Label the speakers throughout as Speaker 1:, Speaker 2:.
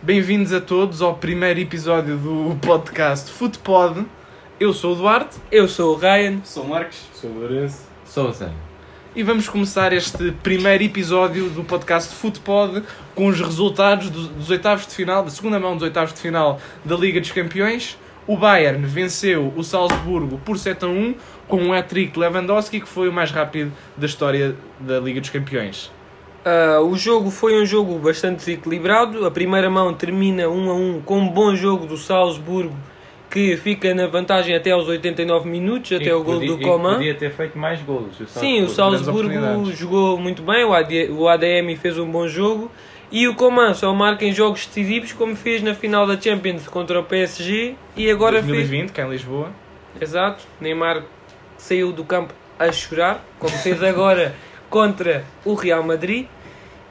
Speaker 1: Bem-vindos a todos ao primeiro episódio do podcast Futepod. Eu sou o Duarte
Speaker 2: Eu sou o Ryan.
Speaker 3: Sou Marcos.
Speaker 4: Sou o Lourenço.
Speaker 5: Sou o Zé.
Speaker 1: e vamos começar este primeiro episódio do podcast Futepod com os resultados do- dos oitavos de final, da segunda mão dos oitavos de final da Liga dos Campeões. O Bayern venceu o Salzburgo por 7 a 1 com um hat-trick de Lewandowski, que foi o mais rápido da história da Liga dos Campeões.
Speaker 2: Ah, o jogo foi um jogo bastante desequilibrado. A primeira mão termina 1 a 1 com um bom jogo do Salzburgo que fica na vantagem até aos 89 minutos, até
Speaker 5: E
Speaker 2: é o gol
Speaker 5: podia-
Speaker 2: do
Speaker 5: e
Speaker 2: Coman.
Speaker 5: Podia ter feito mais golos. O
Speaker 2: Sim, o
Speaker 5: Salzburgo.
Speaker 1: grandes
Speaker 2: Salzburgo
Speaker 1: oportunidades.
Speaker 2: jogou muito bem, o AD o ADM fez um bom jogo e o Coman só marca em jogos decisivos como fez na final da Champions contra o PSG e agora fez...
Speaker 1: 2020, cá em Lisboa.
Speaker 2: Exato, Neymar saiu do campo a chorar, como fez agora contra o Real Madrid.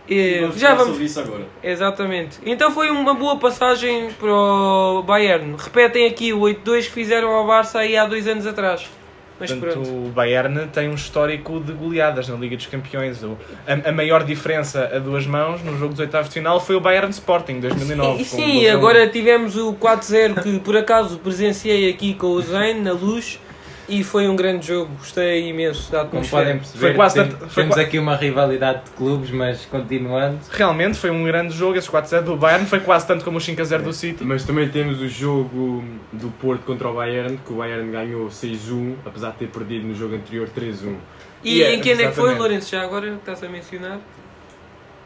Speaker 2: E
Speaker 3: Vamos
Speaker 2: Eh, já
Speaker 3: falar
Speaker 2: vamos
Speaker 3: sobre isso agora.
Speaker 2: Exatamente. Então foi uma boa passagem para o Bayern. Repetem aqui o 8-2 que fizeram ao Barça aí há dois anos atrás. Mas
Speaker 1: Portanto,
Speaker 2: pronto.
Speaker 1: o Bayern tem um histórico de goleadas na Liga dos Campeões. O- A, a maior diferença a duas mãos no jogo dos oitavos de final foi o Bayern Sporting 2009.
Speaker 2: E
Speaker 1: com um o
Speaker 2: sim,
Speaker 1: Buffon.
Speaker 2: agora tivemos o 4-0 que por acaso presenciei aqui com o Zayn na luz e foi um grande jogo. Gostei imenso da
Speaker 5: Como
Speaker 2: atmosfera.
Speaker 5: podem perceber,
Speaker 1: Foi quase
Speaker 5: tem-
Speaker 1: tanto- foi
Speaker 5: temos
Speaker 1: qua-
Speaker 5: aqui uma rivalidade de clubes, mas continuando.
Speaker 1: realmente foi um grande jogo. Esse 4-0 do Bayern foi quase tanto como o 5-0 do City.
Speaker 4: Mas também temos o jogo do Porto contra o Bayern, que o Bayern ganhou 6-1, apesar de ter perdido no jogo anterior 3-1.
Speaker 2: E
Speaker 1: Yeah,
Speaker 2: em que ano é que foi,
Speaker 1: exatamente.
Speaker 2: Lourenço? Já agora que estás a mencionar?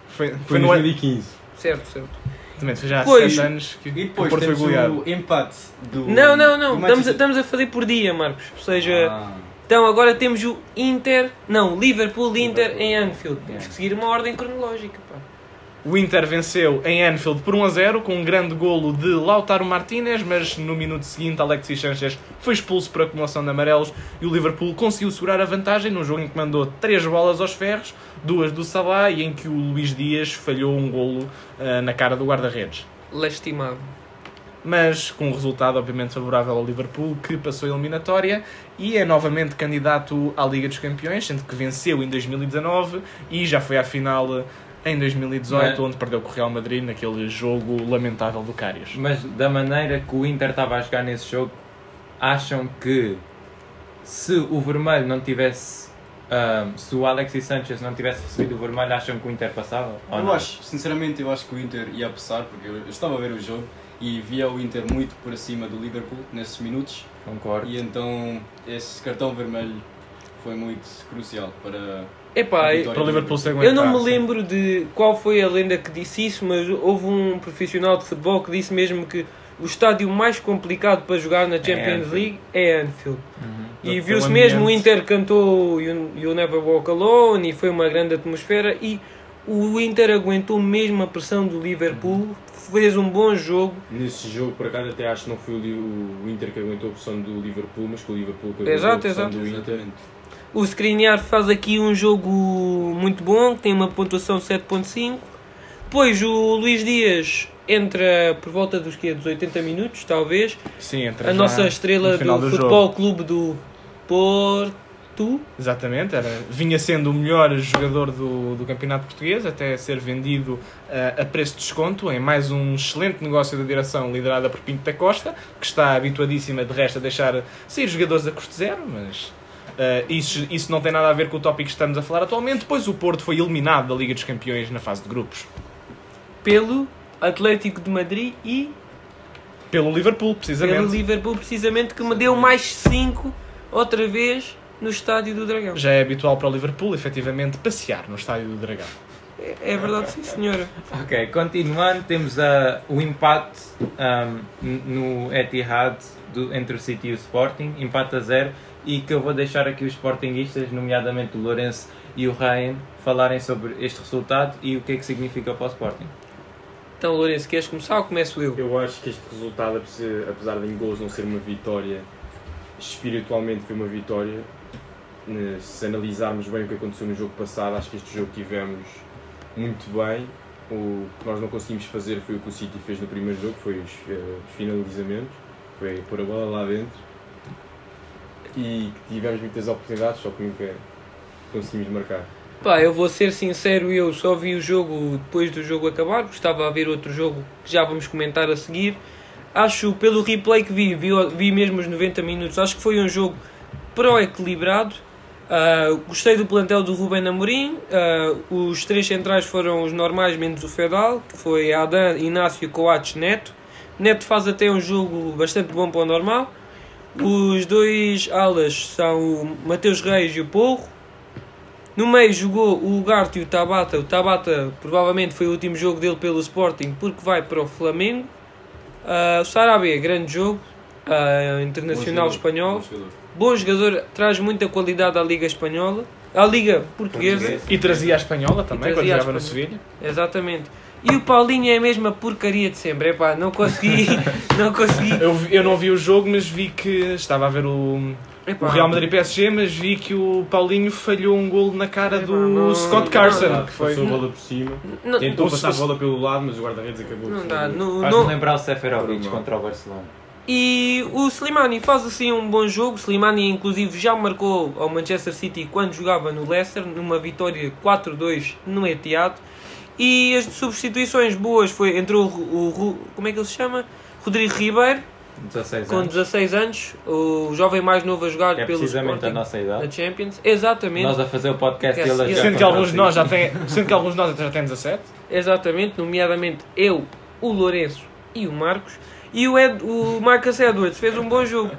Speaker 1: Foi, foi,
Speaker 4: Foi em
Speaker 1: no ano.
Speaker 4: 2015.
Speaker 2: Certo, certo.
Speaker 1: Também foi já há
Speaker 2: Pois.
Speaker 1: 7 anos que,
Speaker 3: E
Speaker 1: que o
Speaker 3: depois
Speaker 1: Porto foi
Speaker 3: temos
Speaker 1: goleado.
Speaker 3: o empate do.
Speaker 2: Não, não, não.
Speaker 3: do
Speaker 2: Estamos a,
Speaker 3: Manchester-
Speaker 2: estamos a fazer por dia, Marcos. Ou seja.
Speaker 3: Ah.
Speaker 2: Então agora temos o Inter, não, Liverpool, Inter em Anfield. Temos que seguir uma ordem cronológica. Pá.
Speaker 1: O Inter venceu em Anfield por 1 a 0 com um grande golo de Lautaro Martínez, mas no minuto seguinte Alexis Sanchez foi expulso por acumulação de amarelos e o Liverpool conseguiu segurar a vantagem num jogo em que mandou três bolas aos ferros, duas do Salah e em que o Luís Dias falhou um golo ah, na cara do guarda-redes.
Speaker 2: Lastimado.
Speaker 1: Mas com um resultado obviamente favorável ao Liverpool, que passou a eliminatória e é novamente candidato à Liga dos Campeões, sendo que venceu em 2019 e já foi à final eh, em 2018,
Speaker 5: Mas-
Speaker 2: é?
Speaker 1: onde perdeu com o Real Madrid naquele jogo lamentável do Cários.
Speaker 5: Mas da maneira que o Inter estava a jogar nesse jogo, acham que se o vermelho não tivesse. ahm, se o Alexis Sanchez não tivesse recebido o vermelho, acham que o Inter passava? Ou
Speaker 3: Eu
Speaker 5: não?
Speaker 3: acho, sinceramente, eu acho que o Inter ia passar, porque eu eu estava a ver o jogo e via o Inter muito por acima do Liverpool nesses minutos.
Speaker 5: Concordo.
Speaker 3: E então esse cartão vermelho foi muito crucial para.
Speaker 2: Epá, eu,
Speaker 3: Vitória.
Speaker 1: Para o Liverpool se aguentar.
Speaker 2: eu não me
Speaker 1: sim.
Speaker 2: lembro de qual foi a lenda que disse isso, mas houve um profissional de futebol que disse mesmo que o estádio mais complicado para jogar na Champions
Speaker 5: Anfield.
Speaker 2: League é Anfield.
Speaker 1: Uhum. Pelo
Speaker 2: E viu-se mesmo, o
Speaker 1: ambiente.
Speaker 2: Inter cantou you, You Never Walk Alone e foi uma grande atmosfera e o Inter aguentou mesmo a pressão do Liverpool,
Speaker 1: Uhum.
Speaker 2: fez um bom jogo,
Speaker 4: Nesse jogo, por acaso, até acho que não foi o Li- o Inter que aguentou a pressão do Liverpool, mas que o Liverpool que aguentou
Speaker 2: Exato,
Speaker 4: a pressão
Speaker 2: exato.
Speaker 4: do Inter.
Speaker 3: Exatamente.
Speaker 2: O Skriniar faz aqui um jogo muito bom, que tem uma pontuação de 7.5. Depois o Luís Dias entra por volta dos quê? Dos 80 minutos, talvez.
Speaker 1: Sim, entra
Speaker 2: A
Speaker 1: já
Speaker 2: nossa
Speaker 1: no
Speaker 2: estrela
Speaker 1: final
Speaker 2: do,
Speaker 1: jogo.
Speaker 2: Futebol Clube do Porto.
Speaker 1: Exatamente, era, vinha sendo o melhor jogador do, do campeonato português, até ser vendido ah, a preço de desconto, em mais um excelente negócio da direção liderada por Pinto da Costa, que está habituadíssima de resto a deixar sair jogadores a custo zero, mas ah, isso, isso não tem nada a ver com o tópico que estamos a falar atualmente, pois o Porto foi eliminado da Liga dos Campeões na fase de grupos.
Speaker 2: Pelo Atlético de Madrid e
Speaker 1: Pelo Liverpool,
Speaker 2: pelo
Speaker 1: precisamente.
Speaker 2: Liverpool, precisamente, que me deu mais 5 outra vez no Estádio do Dragão.
Speaker 1: Já é habitual para o Liverpool, efetivamente, passear no Estádio do Dragão.
Speaker 2: É é verdade, sim, senhora.
Speaker 5: Ok, continuando, temos a, o empate ahm, n- no Etihad do, entre o City e o Sporting, empate a zero, e que eu vou deixar aqui os Sportingistas, nomeadamente o Lourenço e o Ryan, falarem sobre este resultado e o que é que significa para o Sporting.
Speaker 2: Então, Lourenço, queres começar ou começo eu?
Speaker 4: Eu acho que este resultado, apese- apesar de em gols não ser uma vitória, espiritualmente foi uma vitória. Eh, Se analisarmos bem o que aconteceu no jogo passado, acho que este jogo tivemos muito bem. O que nós não conseguimos fazer foi o que o City fez no primeiro jogo, foi os, eh, os finalizamentos, foi pôr a bola lá dentro. E que tivemos muitas oportunidades, só que nunca conseguimos marcar.
Speaker 2: Pá, eu vou ser sincero, eu só vi o jogo depois do jogo acabar, gostava de ver outro jogo que já vamos comentar a seguir. Acho, pelo replay que vi, vi, vi mesmo os 90 minutos, acho que foi um jogo pró-equilibrado. Ah, gostei do plantel do Ruben Amorim, Ah, os três centrais foram os normais menos o Fedal, que foi Adan, Inácio, Coates, Neto. Neto faz até um jogo bastante bom para o normal. Os dois alas são o Mateus Reis e o Porro. No meio jogou o Ugarte e o Tabata. O Tabata provavelmente foi o último jogo dele pelo Sporting porque vai para o Flamengo. Ah, o Sarabia, grande jogo, ah, internacional
Speaker 3: Bom jogador,
Speaker 2: espanhol.
Speaker 3: bom jogador.
Speaker 2: Bom jogador, traz muita qualidade à Liga Espanhola. À Liga Portuguesa.
Speaker 1: E trazia a espanhola também,
Speaker 2: trazia
Speaker 1: quando
Speaker 2: a
Speaker 1: jogava no
Speaker 2: espanhola.
Speaker 1: Sevilha.
Speaker 2: Exatamente. E o Paulinho é a mesma porcaria de sempre. Epá, não consegui. não consegui.
Speaker 1: Eu, vi- eu não vi o jogo, mas vi que estava a ver o,
Speaker 2: Epá,
Speaker 1: o Real Madrid PSG, mas vi que o Paulinho falhou um golo na cara
Speaker 2: Epá,
Speaker 1: do
Speaker 2: não-
Speaker 1: Scott
Speaker 4: Ah,
Speaker 1: Carson. que foi
Speaker 4: Passou a bola por cima.
Speaker 2: Não,
Speaker 4: Tentou
Speaker 1: o-
Speaker 4: passar a
Speaker 1: o-
Speaker 4: bola pelo lado, mas o guarda-redes acabou.
Speaker 2: não
Speaker 4: por
Speaker 2: dá.
Speaker 4: fazer.
Speaker 2: Não,
Speaker 5: Faz-me
Speaker 2: não-
Speaker 5: lembrar o Seferovic
Speaker 4: Não.
Speaker 5: contra o Barcelona.
Speaker 2: E o Slimani faz assim um bom jogo. O Slimani, inclusive, já marcou ao Manchester City quando jogava no Leicester, numa vitória 4-2 no Etihad. E as substituições boas foi entrou o, Ru- o Ru- como é que ele se chama? Rodrigo Ribeiro,
Speaker 5: 16
Speaker 2: com
Speaker 5: anos.
Speaker 2: 16 anos, o jovem mais novo a jogar
Speaker 5: É
Speaker 2: pelo
Speaker 5: precisamente
Speaker 2: Sporting
Speaker 5: a nossa idade.
Speaker 2: na Champions. Exatamente,
Speaker 5: Nós a fazer o podcast e
Speaker 2: Yes,
Speaker 5: ele a
Speaker 2: yes.
Speaker 5: jogar
Speaker 1: Sendo que,
Speaker 5: contra
Speaker 1: alguns
Speaker 5: o
Speaker 1: de nós já
Speaker 5: City.
Speaker 1: têm, sendo que alguns de nós já têm 17.
Speaker 2: exatamente, nomeadamente eu, o Lourenço e o Marcos. E o, Ed, o Marcus Edwards fez um bom jogo.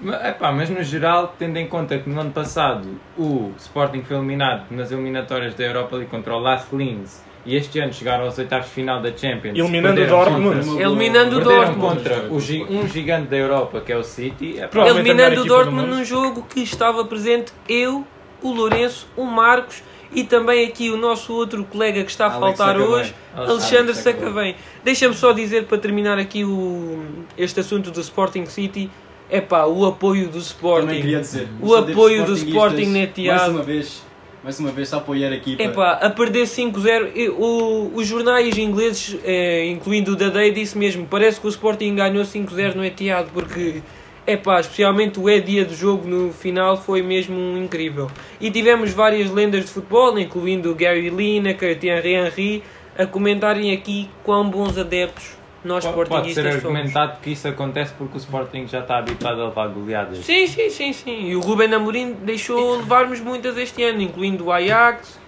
Speaker 5: Mas, epá, mas no geral, tendo em conta que no ano passado o Sporting foi eliminado nas eliminatórias da Europa League contra o Las Lins e este ano chegaram aos oitavos de final da Champions.
Speaker 1: Eliminando o
Speaker 5: perderam
Speaker 1: Dortmund.
Speaker 3: Uma boa-
Speaker 2: Eliminando o
Speaker 5: Perderam
Speaker 2: Dortmund.
Speaker 5: contra o gi- um gigante da Europa que é o City. Epá,
Speaker 1: Pronto. Provavelmente a melhor
Speaker 2: eliminando
Speaker 1: equipa
Speaker 2: o
Speaker 1: do
Speaker 2: Dortmund
Speaker 1: mundo.
Speaker 2: num jogo que estava presente eu, o Lourenço, o Marcos e também aqui o nosso outro colega que está a
Speaker 3: Alex
Speaker 2: faltar
Speaker 3: Sacavém.
Speaker 2: hoje,
Speaker 5: Alex-
Speaker 2: Alexandre
Speaker 3: Alex Sacavém.
Speaker 2: Sacavém. Deixa-me só dizer para terminar aqui o, este assunto do Sporting City, é pá, o apoio do
Speaker 3: Também
Speaker 2: Sporting.
Speaker 3: queria dizer,
Speaker 2: O
Speaker 3: só devo
Speaker 2: apoio do
Speaker 3: sportinguistas,
Speaker 2: Sporting neste
Speaker 3: Mais
Speaker 2: ano.
Speaker 3: uma vez, mais uma vez, a apoiar a equipa.
Speaker 2: É pá, a perder 5-0, e o- os jornais ingleses, eh, incluindo o The Day, disse mesmo, parece que o Sporting ganhou 5-0 no Etihad, porque, é pá, especialmente o é dia do jogo no final foi mesmo incrível. E tivemos várias lendas de futebol, incluindo o Gary Lineker, Thierry Henry, a comentarem aqui quão bons adeptos nós
Speaker 5: po- Pode ser
Speaker 2: sportinguistas somos.
Speaker 5: argumentado que isso acontece porque o Sporting já está habituado a levar goleadas.
Speaker 2: Sim, sim, sim, sim. E o Ruben Amorim deixou levarmos muitas este ano, incluindo o Ajax,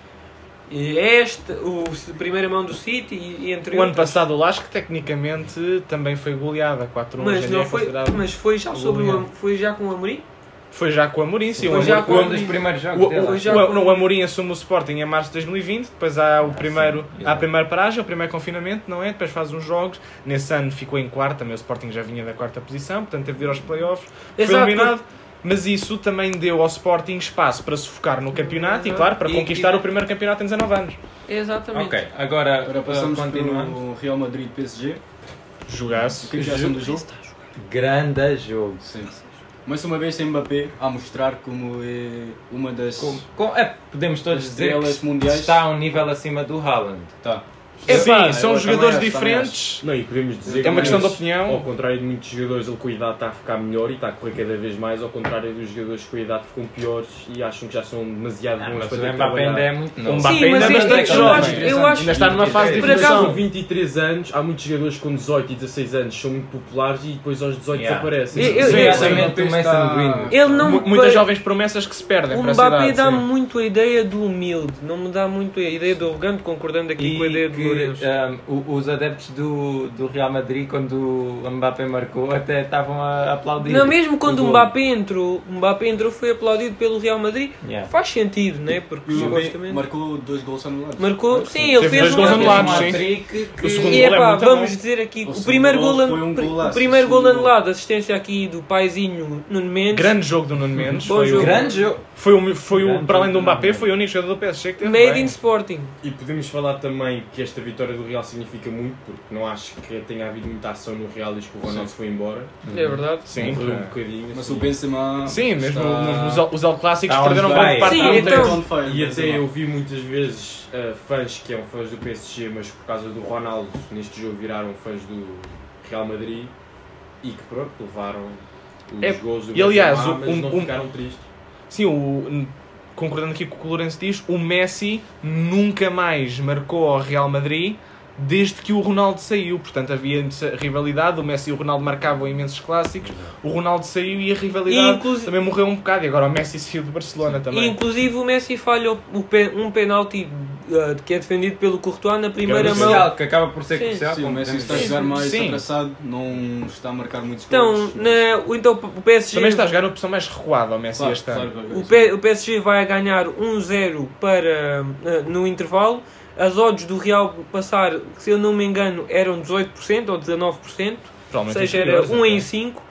Speaker 2: e este, o s- primeira mão do City e e entre
Speaker 1: O ano
Speaker 2: outros.
Speaker 1: passado o Lasco tecnicamente também foi goleada 4-1. hoje
Speaker 2: Mas
Speaker 1: em
Speaker 2: não
Speaker 1: dia é
Speaker 2: foi,
Speaker 1: considerado-
Speaker 2: mas foi já sobre o, Am- foi já com o Amorim?
Speaker 1: Foi já com o Amorim, sim.
Speaker 2: Foi
Speaker 1: o
Speaker 2: já
Speaker 1: Amorim-
Speaker 2: com
Speaker 1: o
Speaker 5: Foi um
Speaker 1: Amorim-
Speaker 5: dos primeiros
Speaker 1: O,
Speaker 5: jogos dele.
Speaker 2: Foi
Speaker 5: acho.
Speaker 2: já
Speaker 1: o-
Speaker 2: com-
Speaker 1: não, o Amorim assume o Sporting em março de 2020, depois há, o primeiro,
Speaker 5: Ah, sim,
Speaker 1: há a
Speaker 5: exato.
Speaker 1: primeira paragem, o primeiro confinamento, não é? Depois faz uns jogos. Nesse ano ficou em quarta, também o Sporting já vinha da quarta posição, portanto teve de ir aos playoffs.
Speaker 2: Exato,
Speaker 1: foi eliminado. Mas isso também deu ao Sporting espaço para se focar no campeonato e, claro, para
Speaker 5: E-
Speaker 1: conquistar
Speaker 5: e-
Speaker 1: o primeiro campeonato em 19 anos.
Speaker 2: Exatamente.
Speaker 5: Ok, agora,
Speaker 3: Agora
Speaker 5: uh,
Speaker 3: passamos
Speaker 5: continuando.
Speaker 3: pelo Real Madrid PSG. O
Speaker 1: Jogaço.
Speaker 3: que é que acham do jogo?
Speaker 5: Grande jogo.
Speaker 3: Sim. Mais uma vez tem Mbappé a mostrar como é uma das.
Speaker 5: Com- com- é, podemos todos dizer
Speaker 3: Estrelas
Speaker 5: que
Speaker 3: mundiais.
Speaker 5: está a um nível acima do Haaland.
Speaker 3: Tá.
Speaker 1: É
Speaker 3: Sim,
Speaker 1: pá,
Speaker 3: eu
Speaker 1: são
Speaker 3: também
Speaker 1: jogadores
Speaker 3: acho, também é.
Speaker 1: diferentes.
Speaker 4: Não, e podemos dizer
Speaker 1: É uma questão de
Speaker 4: eles,
Speaker 1: opinião.
Speaker 4: Ao contrário de muitos jogadores, ele com a idade está a ficar melhor e está a correr cada vez mais, ao contrário dos jogadores que com a idade ficam piores e acham que já são demasiado
Speaker 5: Ah,
Speaker 4: bons
Speaker 5: mas
Speaker 4: para
Speaker 5: o
Speaker 4: ter
Speaker 5: Mbappé ainda é
Speaker 4: trabalhado.
Speaker 5: muito
Speaker 1: O
Speaker 5: novo.
Speaker 1: Mbappé
Speaker 2: Sim, mas
Speaker 1: ainda é
Speaker 2: este-
Speaker 1: bastante
Speaker 2: eu acho-
Speaker 1: jovem.
Speaker 2: eu acho-
Speaker 1: Ainda está numa fase de
Speaker 2: Por acaso-
Speaker 1: evolução.
Speaker 4: São 23 anos, há muitos jogadores com 18 e 16 anos que são muito populares e depois aos 18
Speaker 5: Yeah.
Speaker 4: desaparecem.
Speaker 2: Eu- eu-
Speaker 4: Sim,
Speaker 1: eu-
Speaker 5: Exatamente o Mason Greenwood.
Speaker 2: Ele não um
Speaker 1: Mu- Muitas
Speaker 2: pa-
Speaker 1: jovens promessas que se perdem
Speaker 2: O
Speaker 1: para a
Speaker 2: Mbappé
Speaker 1: cidade.
Speaker 2: dá
Speaker 1: sim.
Speaker 2: muito a ideia do humilde, não me dá muito a ideia do arrogante, concordando aqui
Speaker 5: E
Speaker 2: com a ideia do
Speaker 5: que,
Speaker 2: Lourenço.
Speaker 5: um, o- os adeptos do, do Real Madrid, quando o Mbappé marcou, até estavam a aplaudir.
Speaker 2: Não, mesmo quando o
Speaker 5: gol.
Speaker 2: Mbappé entrou, o Mbappé entrou foi aplaudido pelo Real Madrid.
Speaker 5: Yeah.
Speaker 2: Faz sentido, né? Porque
Speaker 3: E o Mbappé
Speaker 2: supostamente-
Speaker 3: marcou dois gols anulados.
Speaker 2: marcou. Sim, ele
Speaker 1: Teve
Speaker 2: fez
Speaker 1: dois
Speaker 2: um
Speaker 1: gols
Speaker 5: Fez
Speaker 2: gol.
Speaker 5: um
Speaker 1: anulados, sim.
Speaker 5: hat-trick que-
Speaker 1: O segundo
Speaker 2: E
Speaker 1: gol é
Speaker 2: epá,
Speaker 1: muito
Speaker 2: vamos
Speaker 1: bom.
Speaker 2: dizer aqui, o,
Speaker 3: segundo
Speaker 2: primeiro
Speaker 3: gol
Speaker 2: gol, an-
Speaker 3: foi um
Speaker 2: pri-
Speaker 3: golaço,
Speaker 2: o primeiro
Speaker 3: o
Speaker 2: gol
Speaker 3: segundo-
Speaker 2: anulado, assistência aqui do paizinho Nuno Mendes.
Speaker 1: Grande jogo do Nuno Mendes.
Speaker 2: Bom
Speaker 1: Foi, o,
Speaker 2: jogo.
Speaker 5: Grande jogo.
Speaker 1: foi, o, foi o,
Speaker 5: Grande
Speaker 1: para além do
Speaker 5: jogo do
Speaker 1: Mbappé,
Speaker 5: Nuno
Speaker 1: foi o único jogador do PSG que teve é?
Speaker 2: Made
Speaker 1: bem.
Speaker 2: in Sporting.
Speaker 4: E podemos falar também que esta vitória do Real significa muito, porque não acho que tenha havido muita ação no Real desde que o Ronaldo foi embora.
Speaker 1: Uhum.
Speaker 2: É verdade.
Speaker 1: Sim,
Speaker 4: Morreu um
Speaker 1: porque-
Speaker 4: bocadinho.
Speaker 3: Mas
Speaker 4: assim.
Speaker 3: o Benzema.
Speaker 1: sim mesmo
Speaker 3: está-
Speaker 1: os- os, al- os El Clássicos
Speaker 5: Está
Speaker 1: perderam
Speaker 5: on
Speaker 1: grande
Speaker 5: fire.
Speaker 1: parte
Speaker 2: Sim,
Speaker 1: do
Speaker 2: então-
Speaker 1: contexto.
Speaker 3: on fire,
Speaker 4: E
Speaker 3: Benzema.
Speaker 4: até eu vi muitas vezes ah, fãs que eram fãs do PSG, mas por causa do Ronaldo, neste jogo viraram fãs do Real Madrid e que pronto, levaram os
Speaker 1: É,
Speaker 4: gols do
Speaker 1: e aliás,
Speaker 4: Benzema,
Speaker 1: o-
Speaker 4: mas
Speaker 1: um-
Speaker 4: não
Speaker 1: um-
Speaker 4: ficaram tristes.
Speaker 1: Sim, o, concordando aqui com o que o Lourenço diz, o Messi nunca mais marcou ao Real Madrid desde que o Ronaldo saiu. Portanto, havia essa rivalidade, o Messi e o Ronaldo marcavam imensos clássicos, o Ronaldo saiu e a rivalidade
Speaker 2: E, inclusi-
Speaker 1: também morreu um bocado. E agora o Messi saiu do Barcelona também.
Speaker 2: E, inclusive o Messi falha o- o pe- um penalti ah, que é defendido pelo Courtois na primeira mão.
Speaker 5: Crucial, que acaba por ser
Speaker 2: Sim,
Speaker 5: crucial.
Speaker 3: Sim, o
Speaker 5: como
Speaker 3: Messi
Speaker 5: podemos
Speaker 3: está a
Speaker 5: ver.
Speaker 3: jogar mais
Speaker 1: Sim.
Speaker 3: atrasado, não está a marcar muitos
Speaker 2: Então,
Speaker 3: golos.
Speaker 2: na, o- então o PSG,
Speaker 1: Também está a jogar uma opção mais recuada ao Messi
Speaker 3: Claro,
Speaker 1: este ano.
Speaker 3: claro, claro,
Speaker 2: o,
Speaker 3: sim.
Speaker 2: P- o PSG vai ganhar 1-0 para, ah, no intervalo. As odds do Real passar, se eu não me engano, eram 18% ou 19%, ou
Speaker 1: Provavelmente é
Speaker 2: seja, um era
Speaker 1: inferiores,
Speaker 2: 1 em
Speaker 1: até.
Speaker 2: 5.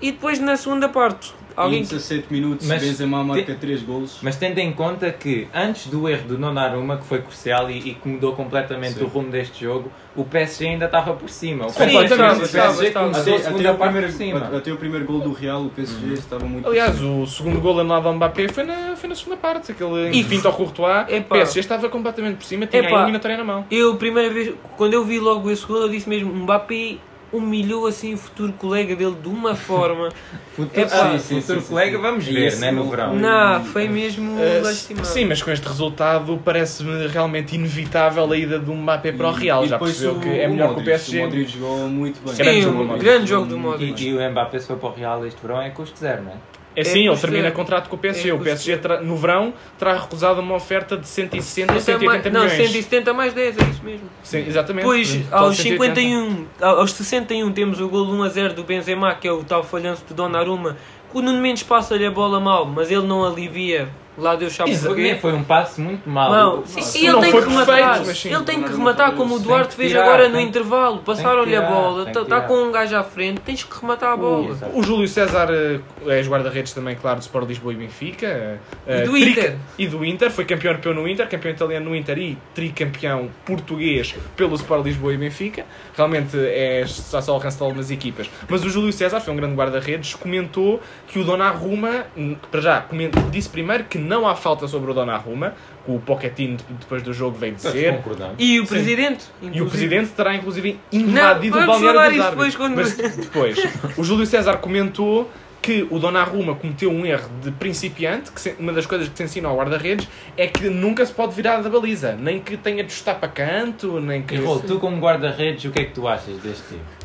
Speaker 2: E depois na segunda parte,
Speaker 3: Em
Speaker 2: alguém
Speaker 3: 17 minutos,
Speaker 5: Mas
Speaker 3: Benzema marca
Speaker 5: tem-
Speaker 3: 3 golos.
Speaker 5: Mas tendo em conta que antes do erro do Donnarumma, que foi crucial e, e que mudou completamente
Speaker 3: Sim.
Speaker 5: o rumo deste jogo, o PSG ainda estava por cima. O
Speaker 1: Sim,
Speaker 5: PSG,
Speaker 1: completamente.
Speaker 5: o PSG
Speaker 2: Estava,
Speaker 5: começou a
Speaker 3: Até, até,
Speaker 5: segunda
Speaker 3: o
Speaker 5: parte
Speaker 3: primeiro,
Speaker 5: por cima.
Speaker 3: até o primeiro gol do Real, o PSG estava muito.
Speaker 1: Aliás, o segundo gol anulado ao Mbappé foi na, foi na segunda parte. Aquele
Speaker 2: E-
Speaker 1: finto ao Courtois. O
Speaker 2: Epá.
Speaker 1: PSG estava completamente por cima, tinha um
Speaker 2: Epá.
Speaker 1: a eliminatória na mão.
Speaker 2: Eu, primeira vez, quando eu vi logo esse gol, eu disse mesmo: Mbappé humilhou assim o futuro colega dele de uma forma.
Speaker 5: Futuro,
Speaker 2: Epá.
Speaker 5: ah,
Speaker 3: Sim, sim,
Speaker 5: futuro
Speaker 3: sim,
Speaker 5: colega,
Speaker 3: sim.
Speaker 5: vamos
Speaker 3: E é,
Speaker 5: ver,
Speaker 3: esse
Speaker 5: né, no
Speaker 3: gol-
Speaker 5: verão.
Speaker 2: não, foi mesmo
Speaker 1: Uh,
Speaker 2: lastimado.
Speaker 1: sim, mas com este resultado parece-me realmente inevitável a ida do Mbappé para o Real. Já percebeu que é melhor que o PSG.
Speaker 3: O Modric jogou muito bem.
Speaker 1: Sim,
Speaker 2: Sim,
Speaker 1: jogo do
Speaker 2: um
Speaker 1: Modric.
Speaker 2: grande jogo do Modric.
Speaker 5: E, e o Mbappé se foi para o Real este verão é custo zero, né?
Speaker 1: É sim, ele
Speaker 2: custo
Speaker 1: termina
Speaker 2: zero.
Speaker 1: contrato com o PSG.
Speaker 2: É
Speaker 1: o
Speaker 2: custo
Speaker 1: PSG tra- no verão terá recusado uma oferta de 160 ou
Speaker 2: 170 Então,
Speaker 1: 180
Speaker 2: mais, não,
Speaker 1: milhões.
Speaker 2: 170 mais 10, é isso mesmo.
Speaker 1: Sim, exatamente.
Speaker 2: Depois,
Speaker 1: Portanto,
Speaker 2: aos
Speaker 1: 180.
Speaker 2: 51, aos 61, temos o gol 1 a 0 do Benzema, que é o tal falhanço do Donnarumma. que O Nuno Mendes passa-lhe a bola mal, mas ele não alivia. Lá deu chave
Speaker 5: Isso também foi um passo muito mau.
Speaker 2: Não,
Speaker 3: Nossa,
Speaker 2: e ele
Speaker 1: não
Speaker 2: tem que
Speaker 1: foi
Speaker 2: rematar.
Speaker 1: perfeito, mas sim.
Speaker 2: ele tem que
Speaker 3: Não,
Speaker 2: rematar
Speaker 3: não,
Speaker 2: como o
Speaker 3: tem
Speaker 2: Duarte
Speaker 5: que
Speaker 2: fez
Speaker 5: tirar,
Speaker 2: agora no
Speaker 5: tem-
Speaker 2: intervalo. Passaram-lhe a
Speaker 5: tirar,
Speaker 2: bola,
Speaker 5: tem que
Speaker 2: está
Speaker 5: tirar.
Speaker 2: com um gajo à frente, tens que rematar a bola.
Speaker 5: Exato.
Speaker 1: tá O Júlio César eh, é ex-guarda-redes também, claro, do Sport Lisboa e Benfica. eh, eh,
Speaker 2: E do
Speaker 1: tri-
Speaker 2: Inter.
Speaker 1: E do Inter. Foi campeão europeu no Inter, campeão italiano no Inter e tricampeão português pelo Sport Lisboa e Benfica. Realmente é só só alcança de algumas equipas. Mas o Júlio César foi um grande guarda-redes. Comentou que o Donnarumma, hum, para já, comen- disse primeiro que não há falta sobre o Donnarumma. que O Pochettino, de- depois do jogo, veio dizer.
Speaker 4: Concordamos.
Speaker 2: E o presidente?
Speaker 1: E o
Speaker 2: inclusive.
Speaker 1: Presidente terá, inclusive, invadido
Speaker 2: Não,
Speaker 1: o
Speaker 2: vamos
Speaker 1: balneário dos
Speaker 2: falar
Speaker 1: árbitros.
Speaker 2: isso
Speaker 1: Mas depois, o Júlio César comentou que o Donnarumma cometeu um erro de principiante, que se- uma das coisas que se ensina ao guarda-redes é que nunca se pode virar da baliza, nem que tenha de chutar para canto, nem que...
Speaker 5: E, Rolo, tu como guarda-redes, o que é que tu achas deste tipo?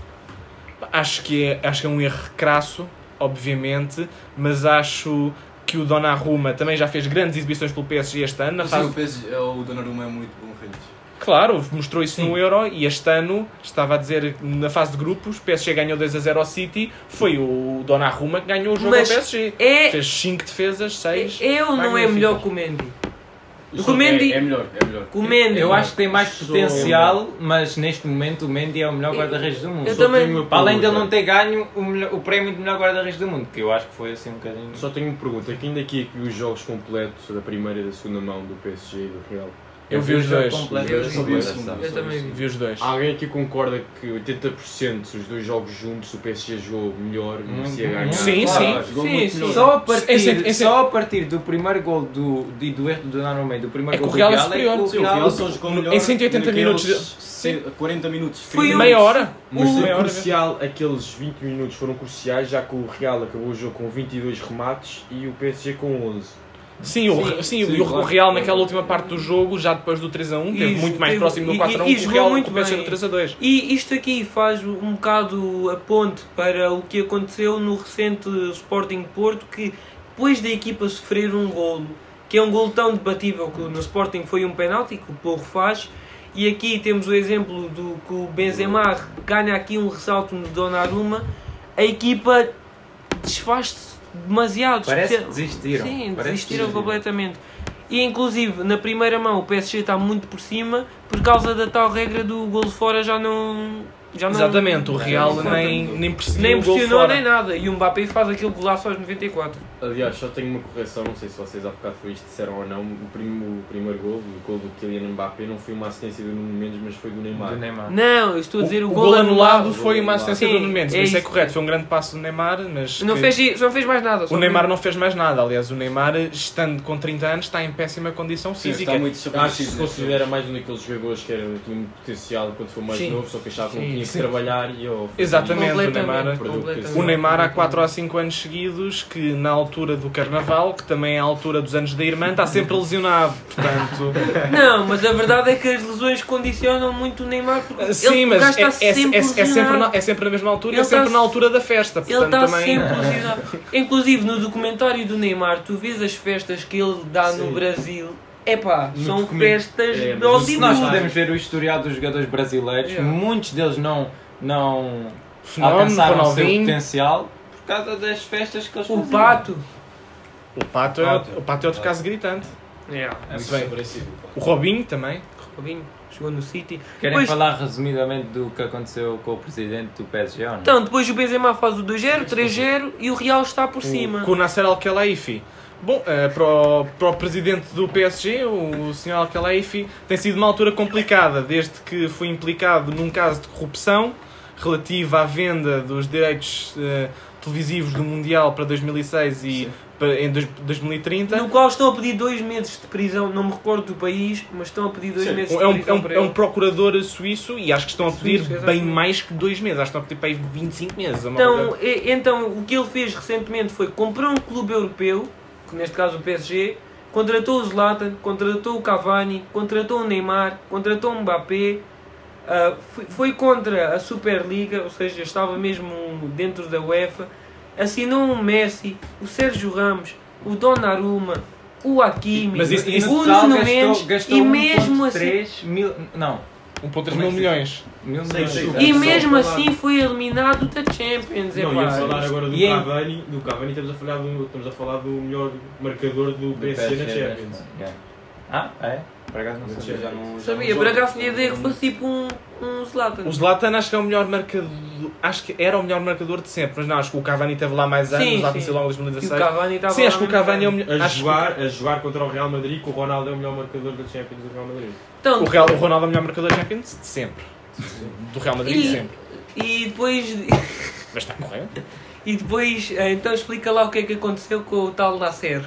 Speaker 1: Acho que, é, acho que é um erro crasso, obviamente, mas acho que o Donnarumma também já fez grandes exibições pelo PSG este ano, na
Speaker 3: Sim,
Speaker 1: fase
Speaker 3: o PSG, o Donnarumma é muito bom, Reis.
Speaker 1: Claro, mostrou isso no Euro e este ano, estava a dizer, na fase de grupos, PSG ganhou 2 a 0 ao City, foi o Donnarumma que ganhou o jogo
Speaker 2: Mas
Speaker 1: ao PSG.
Speaker 2: É,
Speaker 1: Fez 5 defesas, 6.
Speaker 2: é ou não é
Speaker 1: magníficas.
Speaker 2: melhor que o Mendy?
Speaker 3: Isso
Speaker 2: O Mendy-
Speaker 3: É, é melhor, é melhor.
Speaker 2: Que o Mendy.
Speaker 5: Eu acho que tem mais
Speaker 4: Sou-
Speaker 5: potencial, mas neste momento o Mendy é o melhor guarda-redes do mundo.
Speaker 2: Eu também-
Speaker 4: tenho uma
Speaker 5: Para Além de ele
Speaker 4: pergunta.
Speaker 5: não ter ganho o, melhor- o prémio de melhor guarda-redes do mundo, que eu acho que foi assim um bocadinho.
Speaker 4: Só tenho uma pergunta. Quem daqui é que viu os jogos completos da primeira e da segunda mão do PSG e do Real?
Speaker 2: é,
Speaker 1: Eu vi os dois.
Speaker 5: Completo.
Speaker 2: Eu
Speaker 4: Os dois
Speaker 3: só vi o segundo.
Speaker 4: completos,
Speaker 2: Eu
Speaker 4: sabe?
Speaker 2: também vi.
Speaker 1: Vi os dois.
Speaker 4: Alguém aqui concorda que 80% dos dois jogos juntos o PSG jogou melhor e merecia
Speaker 5: Muito,
Speaker 4: ganhar?
Speaker 5: muito.
Speaker 1: Sim,
Speaker 3: Claro,
Speaker 1: sim.
Speaker 3: é jogou
Speaker 2: Sim,
Speaker 3: muito
Speaker 2: sim.
Speaker 3: melhor.
Speaker 5: Só a
Speaker 1: Em cent- em
Speaker 5: partir,
Speaker 1: cent-
Speaker 5: é só a partir do primeiro gol do, de- do erro do Donnarumma e do primeiro
Speaker 1: É
Speaker 5: gol
Speaker 1: que
Speaker 5: do
Speaker 1: o Real é
Speaker 5: Real,
Speaker 1: superior.
Speaker 5: que
Speaker 3: Sim,
Speaker 5: o
Speaker 3: o
Speaker 5: Real-
Speaker 3: Real só jogou
Speaker 1: no-
Speaker 3: melhor
Speaker 1: em 180
Speaker 3: naqueles
Speaker 1: minutos de-
Speaker 3: se- 40 minutos.
Speaker 2: Foi um-
Speaker 1: Meia hora.
Speaker 4: Mas
Speaker 1: Meia
Speaker 4: foi
Speaker 1: hora.
Speaker 4: crucial, aqueles 20 minutos foram cruciais, já que o Real acabou o jogo com 22 remates e o PSG com 11.
Speaker 1: Sim, o, sim,
Speaker 3: sim,
Speaker 1: e o
Speaker 3: claro.
Speaker 1: Real naquela última parte do jogo, já depois do 3 a 1, teve
Speaker 2: E-
Speaker 1: muito mais
Speaker 2: teve-
Speaker 1: próximo
Speaker 2: e-
Speaker 1: do 4 a 1
Speaker 2: e- e
Speaker 1: que o
Speaker 2: jogou
Speaker 1: Real
Speaker 2: muito
Speaker 1: com o PSG no
Speaker 2: bem.
Speaker 1: 3 a 2.
Speaker 2: E isto aqui faz um bocado a ponte para o que aconteceu no recente Sporting Porto, que depois da equipa sofrer um golo, que é um golo tão debatível que no Sporting foi um penalti que o Porro faz, e aqui temos o exemplo do que o Benzema ganha aqui um ressalto no Donnarumma, a equipa desfaz-se demasiado.
Speaker 5: Parece que
Speaker 2: especial-
Speaker 5: desistiram.
Speaker 2: Sim,
Speaker 5: Parece
Speaker 2: desistiram
Speaker 5: que
Speaker 2: completamente. E inclusive na primeira mão o PSG está muito por cima por causa da tal regra do gol fora já não. Já não
Speaker 1: É, Exatamente, o Real
Speaker 2: Exatamente.
Speaker 1: nem, nem percebeu
Speaker 2: nem
Speaker 1: o gol
Speaker 2: pressionou
Speaker 1: fora.
Speaker 2: nem nada. E o Mbappé faz aquele golaço aos 94.
Speaker 4: Aliás, só tenho uma correção, não sei se vocês há bocado foi isto disseram ou não, o, prim, o primeiro gol, o gol do Kylian Mbappé, não foi uma assistência do Nuno Mendes, mas foi do Neymar.
Speaker 5: Do Neymar.
Speaker 2: Não, eu estou a dizer o,
Speaker 1: o,
Speaker 2: gol, anulado.
Speaker 1: foi uma assistência
Speaker 2: Sim,
Speaker 1: do Nuno Mendes,
Speaker 2: é
Speaker 1: mas isso é
Speaker 2: isso.
Speaker 1: correto, foi um grande passo do Neymar, mas
Speaker 2: Não
Speaker 1: que-
Speaker 2: fez, i- não fez mais nada. só
Speaker 1: o Neymar
Speaker 2: viu.
Speaker 1: não fez mais nada. Aliás, o Neymar, estando com 30 anos, está em péssima condição
Speaker 3: Sim,
Speaker 1: física.
Speaker 3: está muito
Speaker 4: Acho que se
Speaker 3: desaparecido.
Speaker 4: considera mais um daqueles jogadores que era, tinha muito potencial quando foi mais
Speaker 2: Sim.
Speaker 4: novo, só que achava que não
Speaker 1: Sim.
Speaker 4: tinha que trabalhar e oh, eu.
Speaker 1: Exatamente, o
Speaker 4: né?
Speaker 2: Completamente,
Speaker 1: Neymar,
Speaker 2: completamente.
Speaker 1: O Neymar há 4 ou 5 anos seguidos que na altura do Carnaval, que também é a altura dos anos da irmã, está sempre lesionado, portanto...
Speaker 2: Não, mas a verdade é que as lesões condicionam muito o Neymar porque
Speaker 1: Sim,
Speaker 2: ele, o
Speaker 1: mas
Speaker 2: gajo
Speaker 1: é,
Speaker 2: está
Speaker 1: é- é-
Speaker 2: sempre
Speaker 1: é sempre na,
Speaker 2: lesionado.
Speaker 1: é sempre na mesma altura e
Speaker 2: Ele
Speaker 1: é sempre
Speaker 2: tá-
Speaker 1: na altura da festa,
Speaker 2: Ele
Speaker 1: portanto
Speaker 2: está
Speaker 1: também...
Speaker 2: sempre lesionado. Inclusive no documentário do Neymar, tu vês as festas que ele dá no Brasil. Epá, são festas
Speaker 4: É,
Speaker 2: de
Speaker 4: mas
Speaker 5: Se
Speaker 2: ótimo.
Speaker 5: nós podemos ver o historial dos jogadores brasileiros,
Speaker 2: Yeah.
Speaker 5: muitos deles não, não
Speaker 1: Fenómeno,
Speaker 5: alcançaram o seu
Speaker 1: Ronaldinho...
Speaker 5: potencial por causa das festas que eles
Speaker 2: O
Speaker 5: faziam.
Speaker 2: Pato.
Speaker 1: O Pato é, o Pato é outro caso gritante.
Speaker 2: Yeah.
Speaker 1: Se
Speaker 3: Muito
Speaker 1: bem,
Speaker 3: parecido. pá.
Speaker 1: o Robinho também.
Speaker 2: Robinho chegou no City.
Speaker 5: Querem
Speaker 2: Pois-
Speaker 5: falar resumidamente do que aconteceu com o presidente do PSG ou não?
Speaker 2: Então, depois o Benzema faz o 2-0, 3-0 e o Real está por cima.
Speaker 1: Com o Nasser Al-Khelaifi. Bom, eh, para, o, para o presidente do PSG, o, Sr. Al-Khelaifi, tem sido uma altura complicada, desde que foi implicado num caso de corrupção relativo à venda dos direitos eh, televisivos do Mundial para 2006 e para, em dois- 2030.
Speaker 2: No qual estão a pedir dois meses de prisão, não me recordo do país, mas estão a pedir dois
Speaker 3: Sim,
Speaker 2: meses
Speaker 1: É
Speaker 2: de
Speaker 1: um, é,
Speaker 2: prisão
Speaker 1: um,
Speaker 2: para
Speaker 1: é um
Speaker 2: ele.
Speaker 1: procurador suíço e acho que estão a pedir
Speaker 2: Suíço,
Speaker 1: bem
Speaker 2: exatamente.
Speaker 1: mais que dois meses, acho que estão a pedir para aí 25 meses. uma coisa
Speaker 2: Então, e- então, o que ele fez recentemente foi comprar um clube europeu, que neste caso o PSG, contratou o Zlatan, contratou o Cavani, contratou o Neymar, contratou o Mbappé, ah, foi, foi contra a Superliga, ou seja, estava mesmo dentro da UEFA, assinou o Messi, o Sérgio Ramos, o Donnarumma, o Hakimi,
Speaker 1: Mas isso- isso-
Speaker 2: o
Speaker 5: total
Speaker 2: Nuno
Speaker 5: gastou-
Speaker 2: Mendes
Speaker 5: gastou
Speaker 2: e mesmo assim...
Speaker 5: 1.3 mil, não,
Speaker 1: 1.3
Speaker 2: é
Speaker 1: mil milhões.
Speaker 5: mil
Speaker 3: Sim,
Speaker 5: milhões.
Speaker 3: sim.
Speaker 2: E
Speaker 3: Só
Speaker 2: mesmo
Speaker 3: falar.
Speaker 2: assim foi eliminado da Champions,
Speaker 4: Não,
Speaker 2: epá.
Speaker 4: ia falar agora do
Speaker 5: E em-
Speaker 4: Cavani, do Cavani estamos a falar do, estamos a falar do melhor marcador do PSG na Champions.
Speaker 5: Yeah. Ah, é? Por acaso não
Speaker 4: Na
Speaker 5: sei.
Speaker 3: Já não- já
Speaker 2: Sabia,
Speaker 3: não
Speaker 2: por
Speaker 3: joga.
Speaker 2: acaso tinha ideia que fosse tipo um, um Zlatan.
Speaker 1: O Zlatan acho que é o melhor marcador. Acho que era o melhor marcador de sempre, mas não, acho que o Cavani esteve lá mais anos,
Speaker 2: Sim,
Speaker 1: o Zlatan
Speaker 2: sim.
Speaker 1: esteve lá um em
Speaker 2: E
Speaker 1: 2016.
Speaker 2: o Cavani estava
Speaker 1: Sim, acho que o Cavani é o melhor.
Speaker 4: A
Speaker 1: acho que
Speaker 4: jogar, a jogar contra o Real Madrid, que o Ronaldo é o melhor marcador da Champions do Real Madrid.
Speaker 2: Então,
Speaker 1: o, Real, o Ronaldo é o melhor marcador da Champions de sempre. Do Real Madrid de
Speaker 2: E-
Speaker 1: sempre.
Speaker 2: E depois,
Speaker 1: Mas está correto.
Speaker 2: e depois, eh, então explica lá o que é que aconteceu com o tal Nasser.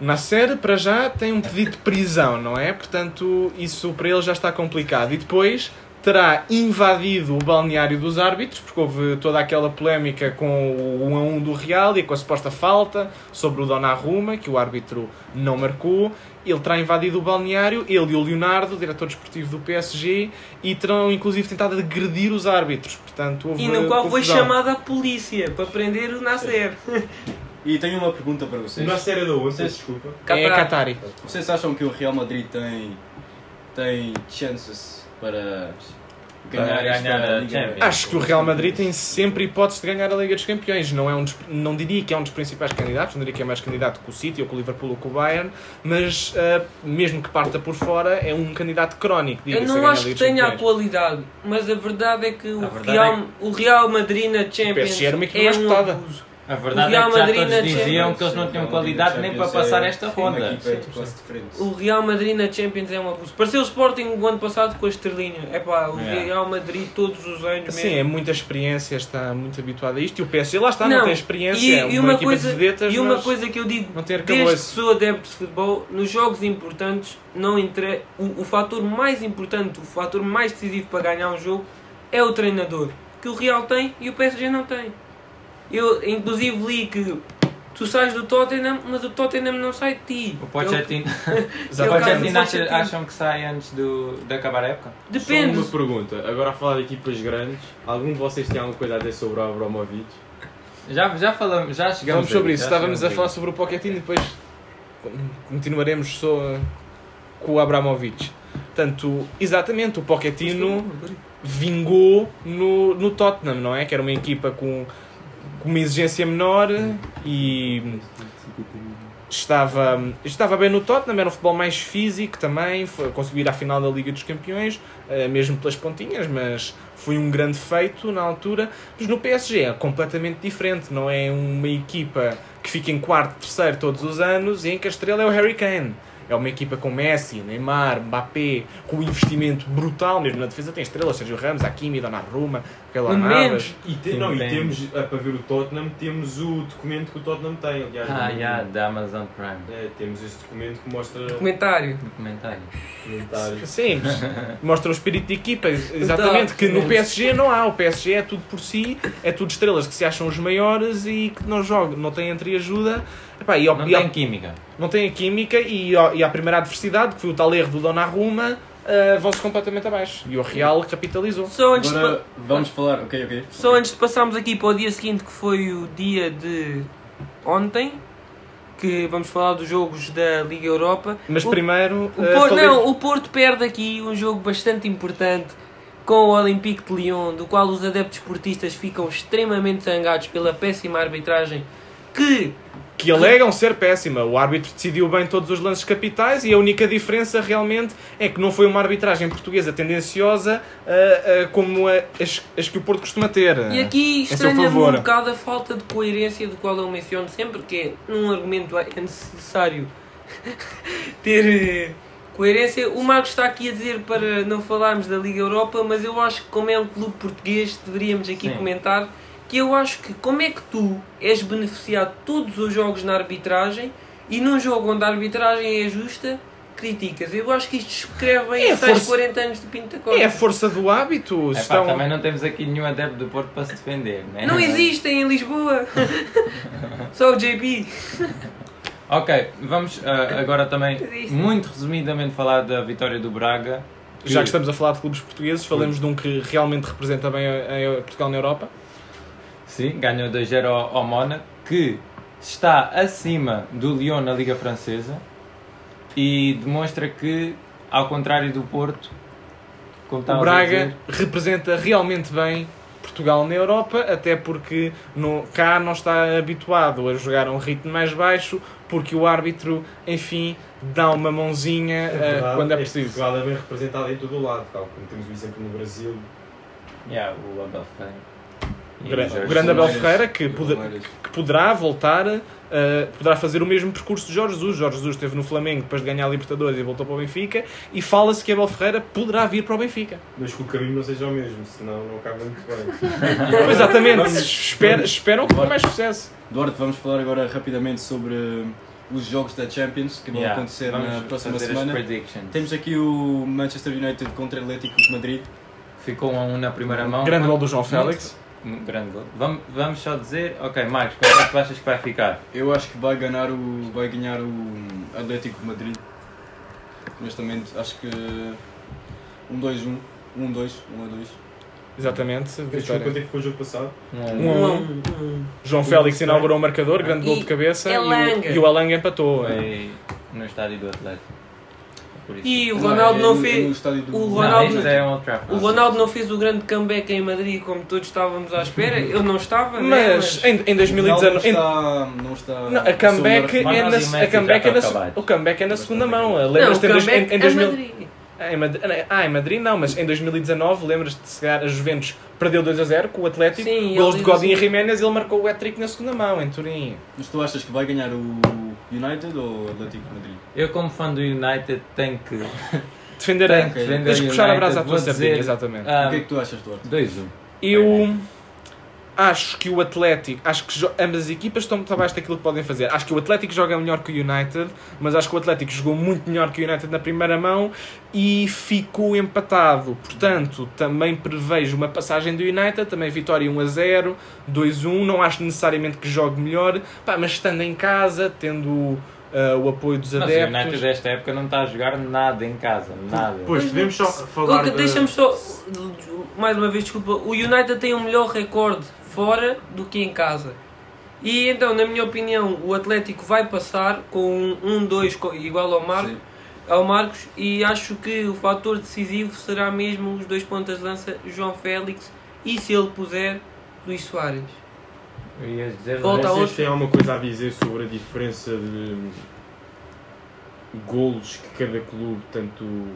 Speaker 1: O Nasser, para já, tem um pedido de prisão, não é? Portanto, isso para ele já está complicado. E depois terá invadido o balneário dos árbitros, porque houve toda aquela polémica com o 1 a 1 do Real e com a suposta falta sobre o Donnarumma, que o árbitro não marcou. Ele terá invadido o balneário, ele e o Leonardo, diretor desportivo do PSG, e terão inclusive tentado agredir os árbitros. Portanto, houve
Speaker 2: E no qual foi
Speaker 1: confusão.
Speaker 2: chamada a polícia para prender o Nasser.
Speaker 3: E tenho uma pergunta para vocês.
Speaker 4: Na série da ontem, desculpa.
Speaker 1: É
Speaker 2: Catar.
Speaker 1: Qatari.
Speaker 3: Vocês acham que o Real Madrid tem, tem chances para ganhar,
Speaker 5: Para ganhar
Speaker 3: esta
Speaker 5: a
Speaker 3: Liga?
Speaker 5: Champions.
Speaker 2: É,
Speaker 1: Acho que o Real Madrid tem sempre hipótese de ganhar a Liga dos Campeões. Não, é um dos- não diria que é um dos principais candidatos, não diria que é mais candidato que o City, ou que o Liverpool, ou que o Bayern, mas ah, mesmo que parta por fora, é um candidato crónico.
Speaker 2: Eu
Speaker 1: diga-se, a
Speaker 2: não
Speaker 1: ganhar a
Speaker 2: acho que
Speaker 1: Liga dos
Speaker 2: tenha a
Speaker 1: Campeões.
Speaker 2: qualidade, mas a verdade é que o,
Speaker 5: A verdade
Speaker 2: Real,
Speaker 5: é
Speaker 2: o Real Madrid na Champions
Speaker 1: PSG era uma equipa
Speaker 2: é
Speaker 1: mais
Speaker 2: um
Speaker 1: cotada.
Speaker 2: abuso.
Speaker 5: A verdade
Speaker 2: O
Speaker 5: é
Speaker 2: Real
Speaker 5: que já
Speaker 2: Madrid na
Speaker 5: todos diziam
Speaker 2: Champions-
Speaker 5: que eles não tinham
Speaker 3: Sim,
Speaker 5: qualidade
Speaker 3: a
Speaker 5: nem para
Speaker 3: Champions
Speaker 5: passar
Speaker 3: é-
Speaker 5: esta
Speaker 3: sim, uma
Speaker 5: ronda.
Speaker 3: equipa é quase diferente.
Speaker 2: O Real Madrid na Champions é um abuso. Pareceu o Sporting o ano passado com a Estrelinha. Epá, o
Speaker 5: Yeah.
Speaker 2: Real Madrid todos os anos mesmo.
Speaker 1: É. Sim, é muita experiência, está muito habituado a isto. E o PSG lá está, não,
Speaker 2: Não,
Speaker 1: tem experiência,
Speaker 2: E,
Speaker 1: é
Speaker 2: e
Speaker 1: uma,
Speaker 2: uma,
Speaker 1: equipa
Speaker 2: coisa,
Speaker 1: de vedetas,
Speaker 2: e uma
Speaker 1: mas
Speaker 2: coisa que eu digo,
Speaker 1: não tem
Speaker 2: desde que
Speaker 1: arcabouço.
Speaker 2: sou adepto de futebol, nos jogos importantes, não entre... o, o fator mais importante, o fator mais decisivo para ganhar um jogo é o treinador, que o Real tem e o PSG não tem. Eu, inclusive, li que tu sais do Tottenham, mas o Tottenham não sai de ti.
Speaker 5: O Pochettino,
Speaker 2: É
Speaker 5: o
Speaker 2: o
Speaker 1: Exatamente.
Speaker 2: caso do
Speaker 5: Pochettino acha-
Speaker 2: Pochettino.
Speaker 5: acham que sai antes do, de acabar a época?
Speaker 2: Depende.
Speaker 4: Só uma pergunta, agora a falar de equipas grandes, algum de vocês tem alguma coisa a dizer sobre o Abramovich?
Speaker 5: Já, já falamos, já chegamos
Speaker 1: Falamos sobre
Speaker 5: aí,
Speaker 1: isso, tá?
Speaker 5: já
Speaker 1: estávamos a
Speaker 5: chegamos
Speaker 1: falar sobre o Pochettino e depois continuaremos só com o Abramovich. Portanto, exatamente, o Pochettino vingou no, no Tottenham, não é? Que era uma equipa com, com uma exigência menor e estava, estava bem no Tottenham, era um futebol mais físico também, foi, conseguiu ir à final da Liga dos Campeões, eh, mesmo pelas pontinhas, mas foi um grande feito na altura. Mas no PSG é completamente diferente, não é uma equipa que fica em quarto, terceiro todos os anos e em que a estrela é o Harry Kane. É uma equipa com Messi, Neymar, Mbappé, com um investimento brutal, mesmo na defesa tem estrelas, Sérgio Ramos, Hakimi, Donnarumma, Pela
Speaker 2: Lembremos.
Speaker 1: Navas.
Speaker 4: E, te-
Speaker 5: Sim,
Speaker 4: não, e
Speaker 5: tem.
Speaker 4: temos, eh, para ver o Tottenham, temos o documento que o Tottenham tem, aliás.
Speaker 5: Ah,
Speaker 4: no-
Speaker 5: yeah, da Amazon Prime.
Speaker 4: É, temos esse documento que mostra
Speaker 2: Comentário.
Speaker 5: Documentário.
Speaker 4: comentários.
Speaker 1: Sim, mostra o espírito de equipa, exatamente, que no PSG não há, o PSG é tudo por si, é tudo estrelas que se acham os maiores e que não jogam, não têm entreajuda, Epá, e ao-
Speaker 5: Não
Speaker 1: e ao-
Speaker 5: tem química.
Speaker 1: não têm a química e, ao- e à primeira adversidade, que foi o tal erro do Donnarumma, ah, vão-se completamente abaixo, e o Real capitalizou.
Speaker 2: Só antes, de,
Speaker 3: Agora
Speaker 2: pa-
Speaker 3: vamos falar, ok, ok.
Speaker 2: só antes de passarmos aqui para o dia seguinte, que foi o dia de ontem, que vamos falar dos jogos da Liga Europa.
Speaker 1: Mas
Speaker 2: O-
Speaker 1: primeiro...
Speaker 2: O
Speaker 1: ah,
Speaker 2: Porto,
Speaker 1: falemos-
Speaker 2: não, o Porto perde aqui um jogo bastante importante com o Olympique de Lyon, do qual os adeptos portistas ficam extremamente zangados pela péssima arbitragem que
Speaker 1: que alegam ser péssima. O árbitro decidiu bem todos os lances capitais e a única diferença realmente é que não foi uma arbitragem portuguesa tendenciosa ah, ah, como a- as, as que o Porto costuma ter.
Speaker 2: E aqui
Speaker 1: Esse é o
Speaker 2: estranha-me um
Speaker 1: favor.
Speaker 2: bocado a falta de coerência do qual eu menciono sempre que é um argumento é necessário ter eh, coerência. O Marcos está aqui a dizer para não falarmos da Liga Europa, mas eu acho que como é um clube português deveríamos aqui
Speaker 5: Sim.
Speaker 2: comentar que eu acho que como é que tu és beneficiado todos os jogos na arbitragem e num jogo onde a arbitragem é justa, criticas. Eu acho que isto descreve bem
Speaker 1: É a
Speaker 2: os tais
Speaker 1: força-
Speaker 2: 40 anos de Pinto da Costa.
Speaker 1: É a força do hábito.
Speaker 5: Epá,
Speaker 1: estão...
Speaker 5: É, Também não temos aqui nenhum adepto do Porto para se defender, né?
Speaker 2: É Não existem em Lisboa. Só o JP.
Speaker 5: Ok, vamos ah, agora também,
Speaker 2: Existe.
Speaker 5: muito resumidamente, falar da vitória do Braga.
Speaker 1: Já que estamos a falar de clubes portugueses, falemos de um que realmente representa bem a- a Portugal na Europa.
Speaker 5: Sim, ganhou 2-0 ao, ao Mónaco, que está acima do Lyon na Liga Francesa e demonstra que, ao contrário do Porto, como
Speaker 1: O
Speaker 5: estavas a
Speaker 1: Braga
Speaker 5: dizer,
Speaker 1: representa realmente bem Portugal na Europa, até porque no, cá não está habituado a jogar a um ritmo mais baixo, porque o árbitro, enfim, dá uma mãozinha eh,
Speaker 4: verdade
Speaker 1: quando é
Speaker 4: que
Speaker 1: preciso.
Speaker 4: Portugal é bem representado em todo o lado, tal como temos o exemplo no Brasil.
Speaker 5: yeah, o Abel Ferreira.
Speaker 1: O
Speaker 5: E
Speaker 1: gran-
Speaker 5: Jorge
Speaker 1: o grande Abel
Speaker 3: Palmeiras.
Speaker 1: Ferreira que,
Speaker 3: Do
Speaker 1: poder-
Speaker 3: Palmeiras.
Speaker 1: que poderá voltar, eh, poderá fazer o mesmo percurso de Jorge Jesus. Jorge Jesus esteve no Flamengo depois de ganhar a Libertadores e voltou para o Benfica. E fala-se que Abel Ferreira poderá vir para o Benfica.
Speaker 4: Mas que o caminho não seja o mesmo, senão não acaba muito bem.
Speaker 1: Exatamente, espera- esperam que tenha mais sucesso.
Speaker 3: Duarte, vamos falar agora rapidamente sobre eh, os jogos da Champions que vão
Speaker 5: Yeah,
Speaker 3: acontecer na
Speaker 5: vamos
Speaker 3: próxima
Speaker 5: fazer
Speaker 3: semana.
Speaker 5: As predictions.
Speaker 3: Temos aqui o Manchester United contra o Atlético de Madrid.
Speaker 5: Ficou um a um na primeira mão.
Speaker 1: Grande
Speaker 5: Um-
Speaker 1: gol do João Félix.
Speaker 5: Um grande gol. Vamos, vamos só dizer. Ok, Marcos, quanto é que tu achas que vai ficar?
Speaker 3: Eu acho que vai ganhar o, vai ganhar o Atlético de Madrid. Honestamente, acho que eh, 1-2-1. 1-2, 1-2.
Speaker 1: Exatamente,
Speaker 4: Desculpa, quanto
Speaker 1: vitória.
Speaker 4: é que foi o jogo passado?
Speaker 5: Um a um.
Speaker 1: Um a um. João Félix inaugurou o marcador, grande
Speaker 2: E é
Speaker 1: gol de cabeça. E
Speaker 2: Elanga.
Speaker 1: o, e o Alanga empatou.
Speaker 5: Foi no estádio do Atlético. Por isso.
Speaker 2: E o Ronaldo não,
Speaker 3: é no- é no
Speaker 2: fez.
Speaker 3: estádio do-
Speaker 2: o
Speaker 5: Não,
Speaker 2: Ronaldo-
Speaker 5: isto é um Old
Speaker 1: Ah,
Speaker 5: Trafford.
Speaker 2: O Ronaldo não fez o grande comeback em Madrid como todos estávamos à espera. Eu não estava, né?
Speaker 1: Mas em, em
Speaker 3: O Ronaldo
Speaker 1: 2019. em-
Speaker 3: Não está. Não está
Speaker 1: não, a comeback é
Speaker 5: Mas
Speaker 1: na,
Speaker 5: nós e o Messi
Speaker 1: a comeback
Speaker 5: já
Speaker 1: é na,
Speaker 5: estão
Speaker 1: se-
Speaker 5: acabados.
Speaker 1: o comeback é na segunda mão.
Speaker 2: Não, o
Speaker 1: Lembras-te em dois- em,
Speaker 2: comeback
Speaker 1: em
Speaker 2: em,
Speaker 1: 2000
Speaker 2: Madrid.
Speaker 1: Ah, em Madrid, ah, em Madrid não, mas em 2019, lembras-te de chegar a Juventus, perdeu 2 a 0 com o Atlético,
Speaker 2: Sim, ele
Speaker 1: gols de
Speaker 2: diz
Speaker 1: Godin e
Speaker 2: assim-
Speaker 1: Jiménez, ele marcou o hat-trick na segunda mão em Turim.
Speaker 3: Mas tu achas que vai ganhar o United ou o Atlético de Madrid?
Speaker 5: Eu, como fã do United, tenho que.
Speaker 1: Defender
Speaker 5: Tenho
Speaker 1: a
Speaker 5: que defender
Speaker 1: Tens
Speaker 5: o
Speaker 1: que puxar a
Speaker 5: United,
Speaker 1: brasa à
Speaker 5: vou
Speaker 1: tua
Speaker 5: dizer,
Speaker 1: sardinha, exatamente.
Speaker 5: ah,
Speaker 3: o que é que tu achas, Duarte?
Speaker 5: 2-1.
Speaker 1: Eu acho que o Atlético, acho que jo- ambas as equipas estão muito abaixo daquilo que podem fazer. Acho que o Atlético joga melhor que o United, mas acho que o Atlético jogou muito melhor que o United na primeira mão e ficou empatado. Portanto, também prevejo uma passagem do United, também vitória 1 a 0, 2 a 1. Não acho necessariamente que jogue melhor, pá, mas estando em casa, tendo ah, o apoio dos
Speaker 5: Mas o
Speaker 1: adeptos.
Speaker 5: United, desta época, não está a jogar nada em casa. Nada.
Speaker 4: Pois, podemos só falar.
Speaker 2: Coca,
Speaker 4: da-
Speaker 2: deixa-me só. Mais uma vez, desculpa. O United tem um melhor recorde fora do que em casa. E então, na minha opinião, o Atlético vai passar com um 1-2 co- igual ao Marco.
Speaker 3: Sim.
Speaker 2: ao Marcos e acho que o fator decisivo será mesmo os dois pontas de lança João Félix e se ele puser Luís Soares.
Speaker 5: Eu ia dizer.
Speaker 2: Volta
Speaker 4: Vocês
Speaker 2: outro.
Speaker 4: têm alguma coisa a dizer sobre a diferença de golos que cada clube, tanto o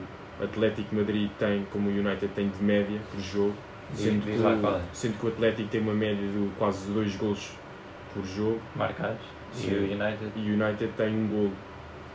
Speaker 4: Atlético de Madrid tem como o United tem de média por jogo? Sendo que,
Speaker 5: Diz lá qual é.
Speaker 4: o, sendo que o Atlético tem uma média de quase dois golos por jogo
Speaker 5: Marcados. E
Speaker 4: Sim.
Speaker 5: o United.
Speaker 4: e o United tem um golo.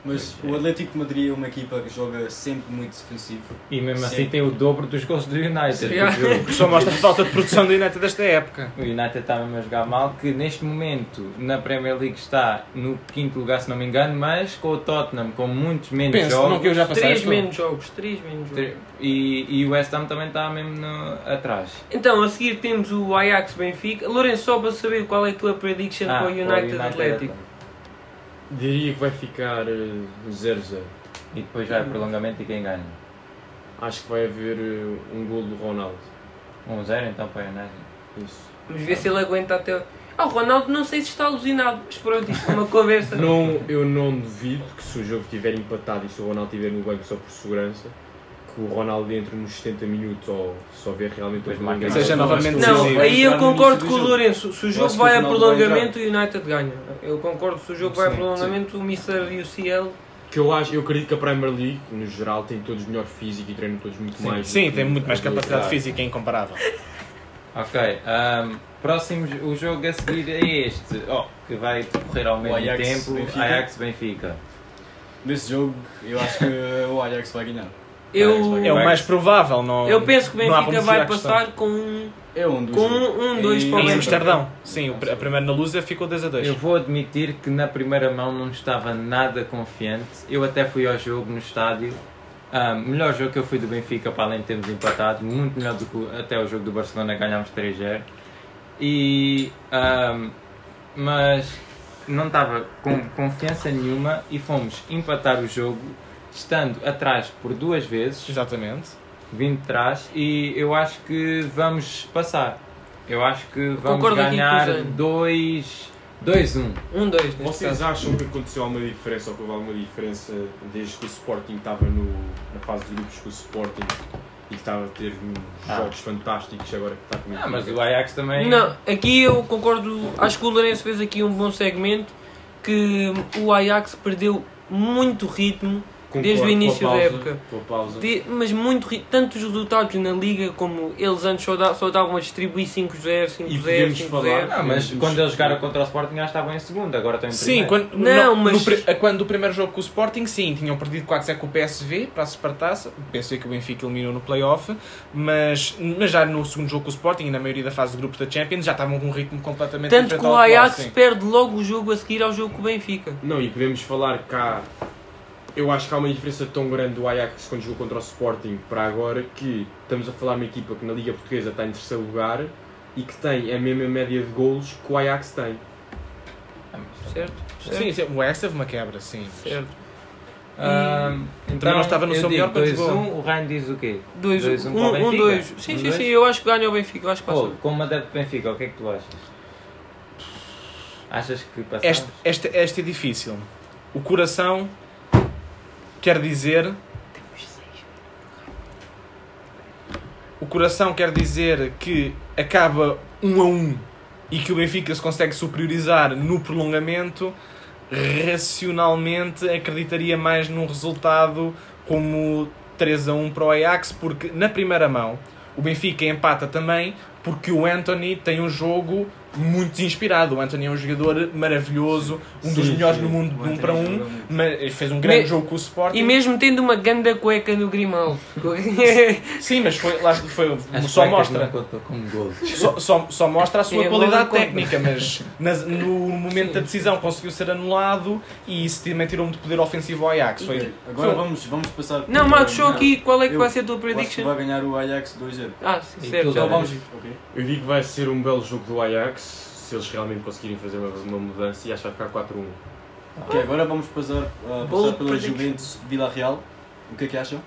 Speaker 3: Mas o Atlético de Madrid é uma equipa que joga sempre muito defensivo.
Speaker 5: E mesmo assim
Speaker 3: Sim.
Speaker 5: tem o dobro dos gols do United.
Speaker 2: Yeah.
Speaker 5: por jogo.
Speaker 1: O que só mostra a falta de produção do United desta época.
Speaker 5: O United está mesmo a jogar mal, que neste momento na Premier League está no quinto lugar, se não me engano, mas com o Tottenham com muitos menos
Speaker 6: Penso,
Speaker 5: jogos.
Speaker 6: não que eu já passei.
Speaker 2: 3 menos jogos, 3 menos jogos.
Speaker 5: Tre- E, e o West Ham também está mesmo no- atrás.
Speaker 2: Então, a seguir temos o Ajax Benfica. Lourenço, só para saber qual é a tua prediction
Speaker 5: Ah,
Speaker 2: para o
Speaker 5: com o
Speaker 2: United, Atlético.
Speaker 4: Diria que vai ficar eh, 0-0.
Speaker 5: E depois vai a prolongamento e quem ganha?
Speaker 4: Acho que vai haver eh, um gol do Ronaldo.
Speaker 5: 1-0 então para o United.
Speaker 4: Isso.
Speaker 2: Vamos ver se ele aguenta até. Ah, o Ronaldo não sei se está alucinado, mas pronto, isto é uma conversa.
Speaker 4: Não, eu não duvido que se o jogo estiver empatado e se o Ronaldo estiver no banco só por segurança, que o Ronaldo entre nos 70 minutos ou só ver realmente
Speaker 5: Pois
Speaker 4: o
Speaker 5: marca.
Speaker 1: Seja novamente
Speaker 2: Não,
Speaker 1: decisivo.
Speaker 2: aí eu
Speaker 3: Entrar no
Speaker 2: concordo
Speaker 3: início do
Speaker 2: com o
Speaker 3: jogo.
Speaker 2: Lourenço. Se o jogo
Speaker 3: acho que
Speaker 2: vai
Speaker 3: o
Speaker 2: a
Speaker 3: Ronaldo vai
Speaker 2: prolongamento, o United ganha. Eu concordo. Se o jogo vai a
Speaker 3: Sim,
Speaker 2: prolongamento, o Mr. e o CL.
Speaker 4: Que eu acho, eu acredito que a Premier League, no geral, tem todos melhor físico e treinam todos muito mais. do
Speaker 1: Sim,
Speaker 4: que
Speaker 1: tem muito mais
Speaker 4: a
Speaker 1: capacidade
Speaker 4: habilidade.
Speaker 1: física, é incomparável.
Speaker 5: Ok, ahm, próximo jo- o jogo a seguir é este, oh, que vai decorrer ao mesmo
Speaker 3: Ajax,
Speaker 5: tempo,
Speaker 3: Benfica.
Speaker 5: Ajax Benfica.
Speaker 3: Nesse jogo, eu acho que o Ajax vai ganhar.
Speaker 2: Eu,
Speaker 1: É o mais provável, não.
Speaker 2: eu penso que o
Speaker 1: não há
Speaker 2: Benfica
Speaker 1: como
Speaker 2: vai
Speaker 1: fugir à questão.
Speaker 2: passar com um.
Speaker 3: É um dos
Speaker 2: Com um, dois para o
Speaker 1: Em
Speaker 2: Benfica.
Speaker 1: Amsterdão, sim, o pr- a primeira na Lusa ficou 2 a 2.
Speaker 5: Eu vou admitir que na primeira mão não estava nada confiante. Eu até fui ao jogo no estádio. Ah, melhor jogo que eu fui do Benfica para além de termos empatado, muito melhor do que até o jogo do Barcelona ganhámos 3-0. E ah, mas não estava com confiança nenhuma e fomos empatar o jogo, estando atrás por duas vezes,
Speaker 1: Exatamente.
Speaker 5: vindo de trás e eu acho que vamos passar. Eu acho que vamos
Speaker 2: Concordo aqui com o
Speaker 5: ganhar
Speaker 2: Zé.
Speaker 5: 2 2-1.
Speaker 2: Um, dois, neste
Speaker 4: Vocês
Speaker 2: caso.
Speaker 4: acham que aconteceu alguma diferença ou que houve alguma diferença desde que o Sporting estava no, na fase de grupos com o Sporting e que estava a ter uns
Speaker 5: Ah.
Speaker 4: jogos fantásticos agora que está comigo?
Speaker 5: Ah, mas o Ajax também
Speaker 2: Não, aqui eu concordo. Acho que o Lourenço fez aqui um bom segmento. Que o Ajax perdeu muito ritmo, desde o início da época.
Speaker 4: Com a pausa.
Speaker 2: de- mas muito ritmo. Tanto os resultados na Liga como eles antes só, da- só davam a distribuir 5-0, 5-0,
Speaker 4: podemos falar-
Speaker 2: 5-0.
Speaker 5: Ah, mas quando eles jogaram contra o Sporting já estavam em segundo, agora estão em
Speaker 1: Sim,
Speaker 5: primeiro.
Speaker 1: quando,
Speaker 2: Não,
Speaker 1: no-
Speaker 2: mas-
Speaker 1: no pri- a- quando o primeiro jogo com o Sporting, sim, tinham perdido 4-0 com o PSV para a Supertaça. O PSV que o Benfica eliminou no playoff, mas, mas já no segundo jogo com o Sporting e na maioria da fase de grupos da Champions já estavam com um ritmo completamente
Speaker 2: Tanto
Speaker 1: diferente
Speaker 2: que o
Speaker 1: ao atual,
Speaker 2: Ajax
Speaker 1: sim.
Speaker 2: perde logo o jogo a seguir ao jogo com o Benfica.
Speaker 4: Não, e podemos falar cá. Eu acho que há uma diferença tão grande do Ajax quando jogou contra o Sporting para agora que estamos a falar de uma equipa que na Liga Portuguesa está em terceiro lugar e que tem a mesma média de golos que o Ajax tem.
Speaker 2: Certo? certo?
Speaker 1: Sim, sim, o Ajax teve uma quebra, sim.
Speaker 2: Certo.
Speaker 5: Ah,
Speaker 2: Hum.
Speaker 5: então,
Speaker 1: não estava no
Speaker 5: eu
Speaker 1: seu
Speaker 5: digo
Speaker 1: melhor quando
Speaker 5: 2-1,
Speaker 1: jogou.
Speaker 5: o Ryan diz o quê?
Speaker 2: 2
Speaker 5: para o
Speaker 2: 1 2
Speaker 5: Benfica?
Speaker 2: Sim,
Speaker 5: Um,
Speaker 2: sim,
Speaker 5: dois? Oh.
Speaker 2: sim, eu acho que ganha o Benfica, eu acho que passa.
Speaker 5: Paulo, como adepto do Benfica, o que é que tu achas? Achas que passamos?
Speaker 1: Este, este, este é difícil. O coração quer dizer. O coração quer dizer que acaba um a um e que o Benfica se consegue superiorizar no prolongamento. Racionalmente acreditaria mais num resultado como 3 a 1 para o Ajax, porque na primeira mão o Benfica empata também porque o Anthony tem um jogo muito inspirado. O Anthony é um jogador maravilhoso, um dos
Speaker 4: Sim,
Speaker 1: melhores
Speaker 4: sim.
Speaker 1: no mundo de um para um, mas fez um grande
Speaker 2: Me-
Speaker 1: jogo com o Sporting.
Speaker 2: E mesmo tendo uma ganda cueca no Grimal.
Speaker 1: Sim, mas foi, lá, foi
Speaker 5: As
Speaker 1: só
Speaker 5: cuecas
Speaker 1: mostra.
Speaker 5: Não é? contam como golos.
Speaker 1: Só, só, só mostra a sua
Speaker 2: É,
Speaker 1: qualidade
Speaker 2: logo conta.
Speaker 1: técnica, mas na- no momento da decisão conseguiu ser anulado e isso também tirou muito poder ofensivo ao Ajax. Foi,
Speaker 3: Agora
Speaker 1: foi-
Speaker 3: vamos, vamos passar.
Speaker 2: não, Marcos, só
Speaker 3: Não.
Speaker 2: aqui, qual é que
Speaker 3: Eu
Speaker 2: vai ser a tua
Speaker 3: Eu acho que
Speaker 2: prediction?
Speaker 3: vai ganhar o Ajax 2-0.
Speaker 2: Ah, sim,
Speaker 5: E
Speaker 2: certo.
Speaker 5: tudo
Speaker 2: já
Speaker 5: bem.
Speaker 2: vamos.
Speaker 3: Ok.
Speaker 4: Eu digo que vai ser um belo jogo do Ajax se eles realmente conseguirem fazer uma, uma mudança e acho que vai ficar 4-1.
Speaker 3: Ok, agora vamos passar, ah,
Speaker 2: Bold
Speaker 3: passar pela
Speaker 2: prediction.
Speaker 3: Juventus Vila Real. O que é que acham?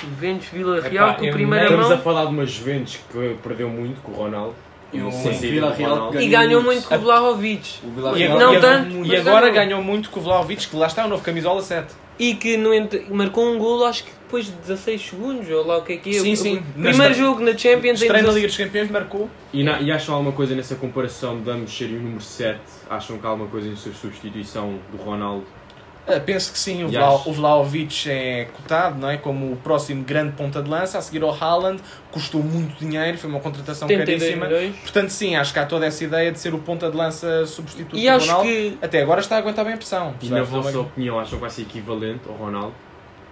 Speaker 2: Juventus Vila
Speaker 5: Epá,
Speaker 2: Real com
Speaker 5: eu
Speaker 2: a primeira
Speaker 5: não-
Speaker 4: Estamos a
Speaker 2: mão
Speaker 4: falar de uma Juventus que perdeu muito com o Ronaldo.
Speaker 3: E o
Speaker 4: Sim, sim,
Speaker 3: Vila
Speaker 4: o
Speaker 3: Real
Speaker 4: Ronaldo.
Speaker 2: e ganhou muito com o Vlahovic.
Speaker 3: O Vila
Speaker 1: E
Speaker 3: Real é-
Speaker 1: agora,
Speaker 2: Não
Speaker 1: e agora-
Speaker 2: tanto,
Speaker 1: e
Speaker 2: mas
Speaker 1: agora
Speaker 2: ganhou.
Speaker 1: ganhou muito com o Vlaovic, que lá está o novo camisola 7.
Speaker 2: E que no ent- marcou um golo, acho que depois de 16 segundos, ou lá o que é que é.
Speaker 1: Sim,
Speaker 2: O-
Speaker 1: sim.
Speaker 2: o Primeiro
Speaker 1: Nesta-
Speaker 2: jogo na Champions em
Speaker 1: Estreia na
Speaker 2: 16
Speaker 1: Liga dos Campeões, marcou.
Speaker 4: E, na, e acham alguma coisa nessa comparação de ambos serem o número 7? Acham que há alguma coisa em sua substituição do Ronaldo
Speaker 1: Ah, penso que sim, o,
Speaker 4: E
Speaker 1: Vla,
Speaker 4: acho-
Speaker 1: o Vlaovic é cotado não é? como o próximo grande ponta de lança, a seguir ao Haaland, custou muito dinheiro, foi uma contratação
Speaker 2: 72
Speaker 1: caríssima.
Speaker 2: milhões.
Speaker 1: Portanto, sim, acho que há toda essa ideia de ser o ponta de lança substituto
Speaker 2: E
Speaker 1: do
Speaker 2: acho
Speaker 1: Ronaldo.
Speaker 2: que
Speaker 1: Até agora está a aguentar bem a pressão.
Speaker 4: E
Speaker 1: Está
Speaker 4: na
Speaker 1: a
Speaker 4: vossa
Speaker 1: aguentar bem.
Speaker 4: opinião, acham que vai ser equivalente ao Ronaldo?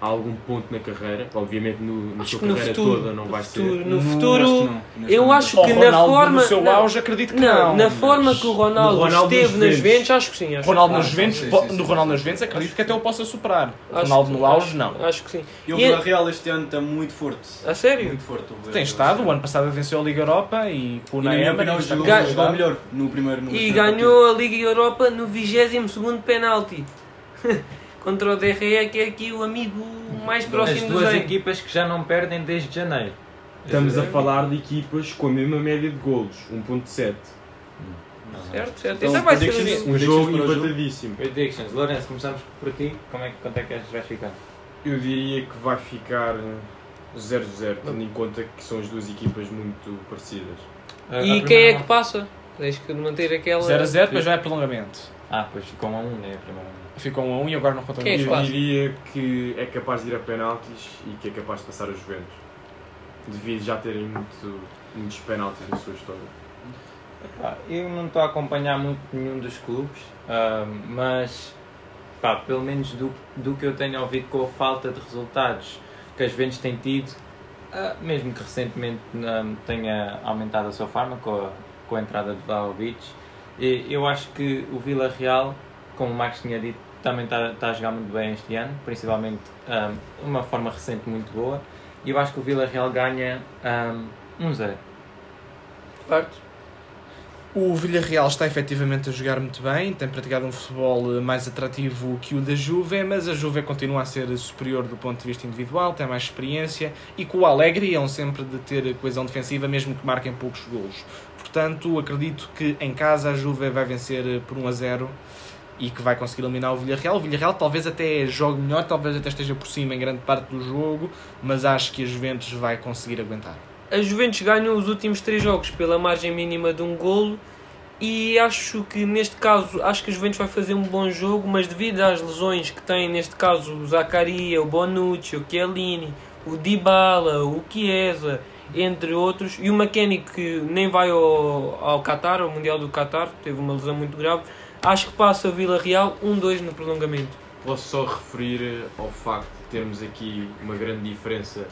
Speaker 4: A algum ponto na carreira? Obviamente, no, na
Speaker 2: acho
Speaker 4: sua
Speaker 2: que no
Speaker 4: carreira
Speaker 2: futuro,
Speaker 4: toda não
Speaker 2: no
Speaker 4: vai
Speaker 2: futuro,
Speaker 4: ser.
Speaker 2: no
Speaker 3: Não,
Speaker 2: futuro,
Speaker 3: acho que não. Neste
Speaker 2: eu
Speaker 3: momento.
Speaker 2: acho
Speaker 1: Ao
Speaker 2: que na
Speaker 1: Ronaldo
Speaker 2: forma
Speaker 1: no seu
Speaker 2: não,
Speaker 1: auge acredito que
Speaker 2: não,
Speaker 1: não.
Speaker 2: na forma que o Ronaldo,
Speaker 4: No Ronaldo
Speaker 2: esteve
Speaker 4: nos
Speaker 2: nas
Speaker 4: Juventus.
Speaker 2: Juventus, acho que sim, acho,
Speaker 1: Ronaldo nas
Speaker 3: Ah,
Speaker 1: Juventus,
Speaker 3: sim,
Speaker 1: po-
Speaker 3: sim,
Speaker 1: no
Speaker 3: sim,
Speaker 1: Ronaldo
Speaker 3: sim.
Speaker 1: nas Juventus acredito que até o possa superar. O
Speaker 2: Acho
Speaker 1: Ronaldo
Speaker 2: que-
Speaker 1: no auge não.
Speaker 2: acho que sim.
Speaker 3: E o
Speaker 2: E-
Speaker 3: Villarreal este ano está muito forte.
Speaker 2: A sério?
Speaker 3: Muito forte. o Villarreal.
Speaker 1: Tem estado, o ano passado venceu a Liga Europa e com o
Speaker 3: E na minha
Speaker 1: Neymar
Speaker 3: opinião,
Speaker 1: está
Speaker 3: jogou,
Speaker 2: Ga-
Speaker 3: jogou melhor no primeiro no
Speaker 2: E
Speaker 3: primeiro
Speaker 2: ganhou a Liga Europa no 22º penalti. Contra o DRE, que é aqui o amigo mais
Speaker 5: As
Speaker 2: próximo do
Speaker 5: duas
Speaker 2: Zen.
Speaker 5: equipas que já não perdem desde janeiro.
Speaker 4: Estamos
Speaker 2: É.
Speaker 4: a falar de equipas com a mesma média de golos, 1.7.
Speaker 2: Certo, certo.
Speaker 3: Então,
Speaker 2: Essa vai ser
Speaker 3: predictions-
Speaker 2: o-
Speaker 4: Um
Speaker 3: Predictions
Speaker 4: jogo
Speaker 3: para o jogo?
Speaker 4: empatadíssimo.
Speaker 5: Predictions. Lourenço, começamos por ti. Como é que, quanto é que achas que vais ficar?
Speaker 4: Eu diria que vai ficar 0-0, tendo em conta que são as duas equipas muito parecidas.
Speaker 2: E quem é que passa? Tens que manter aquela.
Speaker 1: 0 a 0, depois vai a prolongamento.
Speaker 5: Ah, pois ficou a um, né? A primeira. mão.
Speaker 1: Ficou 1 a 1 e agora não conta
Speaker 2: Quem é que
Speaker 1: muito.
Speaker 4: Eu
Speaker 2: passa?
Speaker 4: diria que é capaz de ir a penaltis e que é capaz de passar os Juventus. Devido já terem muito, muitos penaltis na sua história.
Speaker 5: Pá, Eu não estou a acompanhar muito nenhum dos clubes, ah, mas pá, pelo menos do, do que eu tenho ouvido com a falta de resultados que as Juventus têm tido, ah, mesmo que recentemente ah, tenha aumentado a sua fama com a, com a entrada de Vlahovic, e eu acho que o Vila Real, como o Max tinha dito, também está a jogar muito bem este ano, principalmente ah, uma forma recente muito boa, e eu acho que o Vila Real ganha um 1-0.
Speaker 2: Quarto.
Speaker 1: O Villarreal está efetivamente a jogar muito bem, tem praticado um futebol eh, mais atrativo que o da Juve, mas a Juve continua a ser superior do ponto de vista individual, tem mais experiência e com o Alegre iam sempre de ter coesão defensiva, mesmo que marquem poucos golos. Portanto, acredito que em casa a Juve vai vencer eh, por 1 a 0 e que vai conseguir eliminar o Villarreal. O Villarreal talvez até jogue melhor, talvez até esteja por cima em grande parte do jogo, mas acho que a Juventus vai conseguir aguentar.
Speaker 2: A Juventus ganhou os últimos três jogos pela margem mínima de um golo e acho que neste caso acho que a Juventus vai fazer um bom jogo, mas devido às lesões que tem neste caso o Zacaria, o Bonucci, o Chiellini, o Dybala, o Chiesa, entre outros, e o McKennie que nem vai ao, ao Qatar, ao Mundial do Qatar, teve uma lesão muito grave, acho que passa a Vila Real 1-2 no prolongamento.
Speaker 4: Posso só referir eh, ao facto de termos aqui uma grande diferença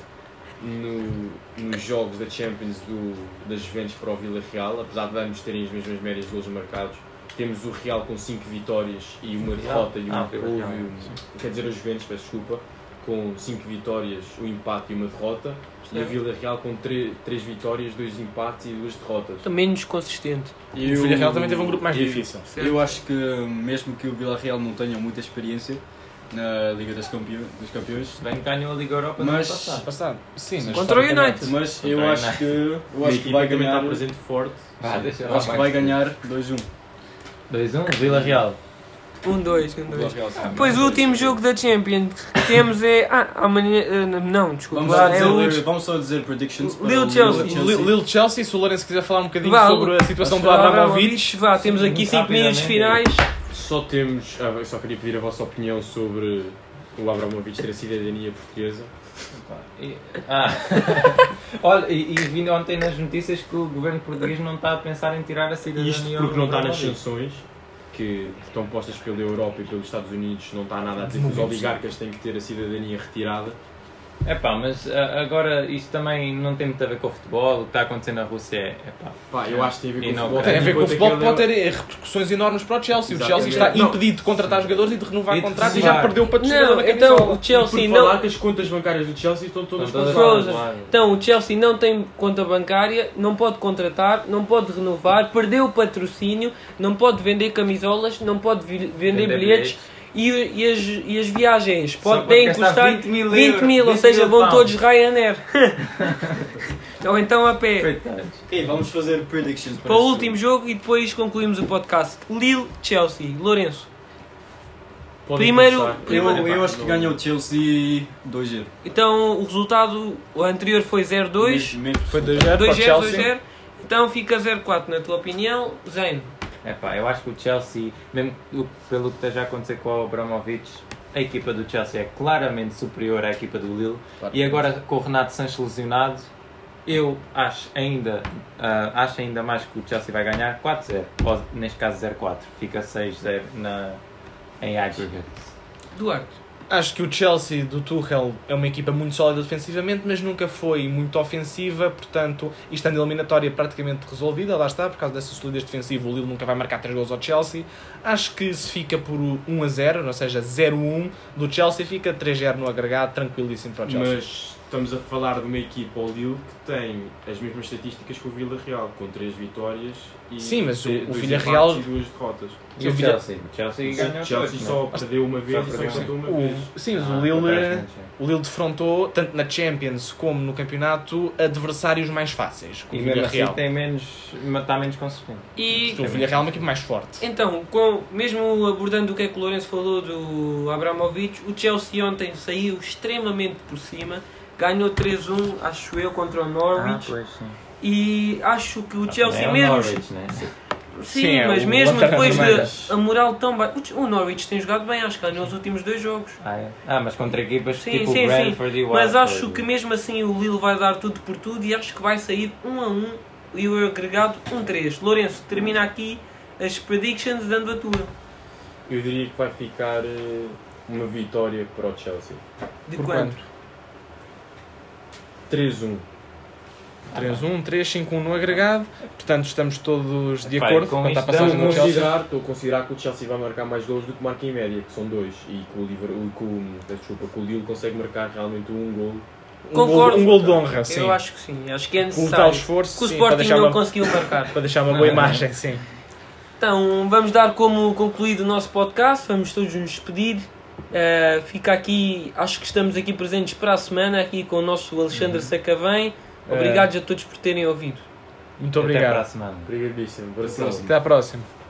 Speaker 4: no- nos jogos da Champions do, das Juventus para o Vila Real, apesar de ambos terem as mesmas médias de golos marcados. Temos o Real com 5 vitórias e uma derrota e um,
Speaker 5: Ah,
Speaker 4: ou- e
Speaker 5: Real,
Speaker 4: um- quer dizer, os Juventus, peço desculpa, com 5 vitórias, um empate e uma derrota, e o Vila Real com 3 vitórias, 2 empates e 2 derrotas.
Speaker 2: Também nos consistente.
Speaker 3: E
Speaker 1: o Villarreal também teve um grupo mais
Speaker 3: eu-
Speaker 1: difícil.
Speaker 3: Eu acho que, mesmo que o Villarreal não tenha muita experiência na Liga das Campeão- dos Campeões,
Speaker 5: Bem que ganhou a Liga Europa no
Speaker 3: Mas-
Speaker 5: ano passado.
Speaker 1: Passado. Sim, mas
Speaker 2: Contra o
Speaker 1: historicamente-
Speaker 2: United.
Speaker 3: mas eu
Speaker 5: Também
Speaker 3: acho
Speaker 5: não.
Speaker 3: que, eu
Speaker 4: a
Speaker 3: acho que
Speaker 4: equipa
Speaker 3: vai
Speaker 4: também
Speaker 3: ganhar,
Speaker 4: está presente forte.
Speaker 5: Ah, deixa
Speaker 3: eu
Speaker 5: lá,
Speaker 3: acho que
Speaker 5: Max.
Speaker 3: vai ganhar 2-1.
Speaker 5: 2-1, Vila Real.
Speaker 2: 1-2, 1-2. Pois um, o último jogo da Champions que temos é. Ah, amanhã. eh, Não, desculpa.
Speaker 3: Vamos,
Speaker 2: lá,
Speaker 3: só
Speaker 2: é
Speaker 3: dizer,
Speaker 2: hoje.
Speaker 3: vamos só dizer predictions para
Speaker 2: Lille
Speaker 3: o
Speaker 2: Chelsea.
Speaker 3: Lille
Speaker 1: Lil Lil Chelsea, se o Lourenço quiser falar um bocadinho
Speaker 2: Vá,
Speaker 1: sobre a situação do
Speaker 2: Vá,
Speaker 1: Abramovich.
Speaker 2: Vá, temos aqui
Speaker 5: Muito
Speaker 2: 5 minutos finais.
Speaker 5: rapidamente.
Speaker 4: Só temos, ah, eu só queria pedir a vossa opinião sobre o Abramovich ter a cidadania portuguesa.
Speaker 5: E- Ah. Olha, e, e vi ontem nas notícias que o governo português não está a pensar em tirar a cidadania.
Speaker 4: Isto porque não tá
Speaker 5: ao
Speaker 4: está nas
Speaker 5: Brasil.
Speaker 4: sanções que estão postas pela Europa e pelos Estados Unidos, não está nada a dizer que os oligarcas têm que ter a cidadania retirada.
Speaker 5: É pá, mas ah, agora isto também não tem muito a ver com o futebol. O que está acontecendo na Rússia é. é pá.
Speaker 4: Pá, eu acho que tem a ver
Speaker 5: E
Speaker 4: com o
Speaker 5: não
Speaker 4: futebol.
Speaker 2: é
Speaker 1: Tem a ver com o
Speaker 4: Enquanto
Speaker 1: futebol que
Speaker 4: aquele-
Speaker 1: pode ter repercussões enormes para o Chelsea. O Chelsea
Speaker 4: Exatamente.
Speaker 1: está
Speaker 4: Não.
Speaker 1: impedido de contratar jogadores e de renovar
Speaker 5: E de
Speaker 1: contratos e
Speaker 5: renovar.
Speaker 1: já perdeu para
Speaker 2: Não, então o Chelsea
Speaker 4: Por falar
Speaker 2: não.
Speaker 4: que as contas bancárias do Chelsea estão todas
Speaker 5: Estão todas
Speaker 4: controladas.
Speaker 5: controladas.
Speaker 2: Então o Chelsea não tem conta bancária, não pode contratar, não pode renovar, perdeu o patrocínio, não pode vender camisolas, não pode vi- vender,
Speaker 5: Vender
Speaker 2: bilhetes. E, e as, e as viagens podem
Speaker 5: pode gastar
Speaker 2: custar
Speaker 5: 20 mil
Speaker 2: 20 mil, ou
Speaker 5: euros,
Speaker 2: seja,
Speaker 5: 20 mil
Speaker 2: vão
Speaker 5: pounds.
Speaker 2: todos Ryanair. ou então a pé.
Speaker 5: Coitados.
Speaker 3: Ok, vamos fazer predictions
Speaker 2: Para o último jogo e depois concluímos o podcast. Lille-Chelsea. Lourenço.
Speaker 4: Podem
Speaker 2: Primeiro-
Speaker 4: começar.
Speaker 3: Eu,
Speaker 4: Epá,
Speaker 3: eu acho que
Speaker 4: não-
Speaker 3: ganha o Chelsea 2-0.
Speaker 2: Então o resultado o anterior foi 0-2.
Speaker 3: Mesmo- mesmo-
Speaker 1: Foi 2-0 para o
Speaker 2: 2-0,
Speaker 1: Chelsea.
Speaker 2: 2-0. Então fica 0-4 na tua opinião. Zeno.
Speaker 5: Epá, eu acho que o Chelsea, mesmo o- pelo que esteja a acontecer com o Abramovich, a equipa do Chelsea é claramente superior à equipa do Lille.
Speaker 3: Claro.
Speaker 5: E agora com o Renato Sanches lesionado, eu acho ainda, ah, acho ainda mais que o Chelsea vai ganhar 4-0. Ou, neste caso 0-4. Fica 6-0 na, em aggregate.
Speaker 2: Duarte.
Speaker 1: Acho que o Chelsea do Tuchel é uma equipa muito sólida defensivamente, mas nunca foi muito ofensiva, portanto, e estando a eliminatória praticamente resolvida, lá está, por causa dessa solidez defensiva, o Lille nunca vai marcar 3 gols ao Chelsea. Acho que se fica por 1 a 0, ou seja, 0-1 do Chelsea, fica 3-0 no agregado, tranquilíssimo para o Chelsea.
Speaker 4: Mas estamos a falar de uma equipa, o Lille, que tem as mesmas estatísticas que o Vila Real, com 3 vitórias e
Speaker 1: Sim, mas o-
Speaker 4: tre-
Speaker 1: o
Speaker 4: dois
Speaker 1: Villarreal-
Speaker 4: empates e duas derrotas.
Speaker 1: E o Villa-
Speaker 5: O Chelsea ganhou
Speaker 4: é
Speaker 5: é?
Speaker 4: O Chelsea
Speaker 5: todos,
Speaker 4: só perdeu uma
Speaker 5: Só
Speaker 4: vez e só
Speaker 5: perdeu.
Speaker 4: empatou uma vez.
Speaker 1: O, sim, mas
Speaker 5: não é?
Speaker 1: o Lille. O Lille defrontou, tanto na Champions como no campeonato, adversários mais fáceis. que
Speaker 5: E
Speaker 1: O
Speaker 5: mesmo
Speaker 1: Villarreal.
Speaker 5: assim tem menos, está menos um consistente.
Speaker 2: E
Speaker 1: O Villarreal é uma equipa mais forte.
Speaker 2: Então, com- mesmo abordando o que é que o Lourenço falou do Abramovich, o Chelsea ontem saiu extremamente por cima, ganhou 3-1, acho eu, contra o Norwich.
Speaker 5: Ah, pois sim.
Speaker 2: e acho que o Chelsea,
Speaker 5: é o
Speaker 2: mesmo.
Speaker 5: Norwich, né?
Speaker 2: Sim,
Speaker 1: Sim, é
Speaker 2: mas
Speaker 1: o
Speaker 2: mesmo
Speaker 1: Lanterna
Speaker 2: depois
Speaker 1: Vermelha.
Speaker 2: da a moral tão baixa. O Norwich tem jogado bem, acho que ganhou os últimos dois jogos.
Speaker 5: Ah, é. Ah, mas contra equipas
Speaker 2: Sim,
Speaker 5: tipo
Speaker 2: sim, sim.
Speaker 5: o Brentford e o
Speaker 2: Mas
Speaker 5: Watford.
Speaker 1: é.
Speaker 2: acho que mesmo assim o Lille vai dar tudo por tudo e acho que vai sair 1 um a 1 um, e o agregado 1-3. Lourenço, termina aqui as predictions dando a tua.
Speaker 4: Eu diria que vai ficar eh, uma vitória para o Chelsea.
Speaker 2: De
Speaker 1: Por
Speaker 2: quanto?
Speaker 4: 3-1.
Speaker 1: 3-1, 3-5-1 no agregado, portanto estamos todos de
Speaker 5: Epá,
Speaker 1: acordo
Speaker 5: com
Speaker 1: quanto à
Speaker 5: isto
Speaker 1: passagem
Speaker 5: dá-me
Speaker 1: no
Speaker 5: um
Speaker 4: Estou a
Speaker 1: Chelsea.
Speaker 4: considerar, estou a considerar que o Chelsea vai marcar mais gols do que marca em média, que são dois, e que o, Liver, o- que o- peço desculpa, que o Lille consegue marcar realmente um gol.
Speaker 1: Um gol,
Speaker 2: Concordo.
Speaker 1: um gol de honra, sim.
Speaker 2: Eu acho que sim, acho que é
Speaker 1: Com tal
Speaker 2: necessário.
Speaker 1: esforço,
Speaker 2: Que o
Speaker 1: sim, para,
Speaker 2: Sporting
Speaker 1: deixar
Speaker 2: não
Speaker 1: uma,
Speaker 2: conseguiu marcar.
Speaker 1: para deixar uma boa
Speaker 5: Não, não.
Speaker 1: imagem, sim.
Speaker 2: Então, vamos dar como concluído o nosso podcast, vamos todos nos despedir. Uh, fica aqui, acho que estamos aqui presentes para a semana, aqui com o nosso Alexandre Sacavém. Obrigados a todos por terem ouvido.
Speaker 1: Muito
Speaker 5: Até para a
Speaker 1: obrigado.
Speaker 5: semana.
Speaker 4: Obrigadíssimo.
Speaker 1: Até à próxima.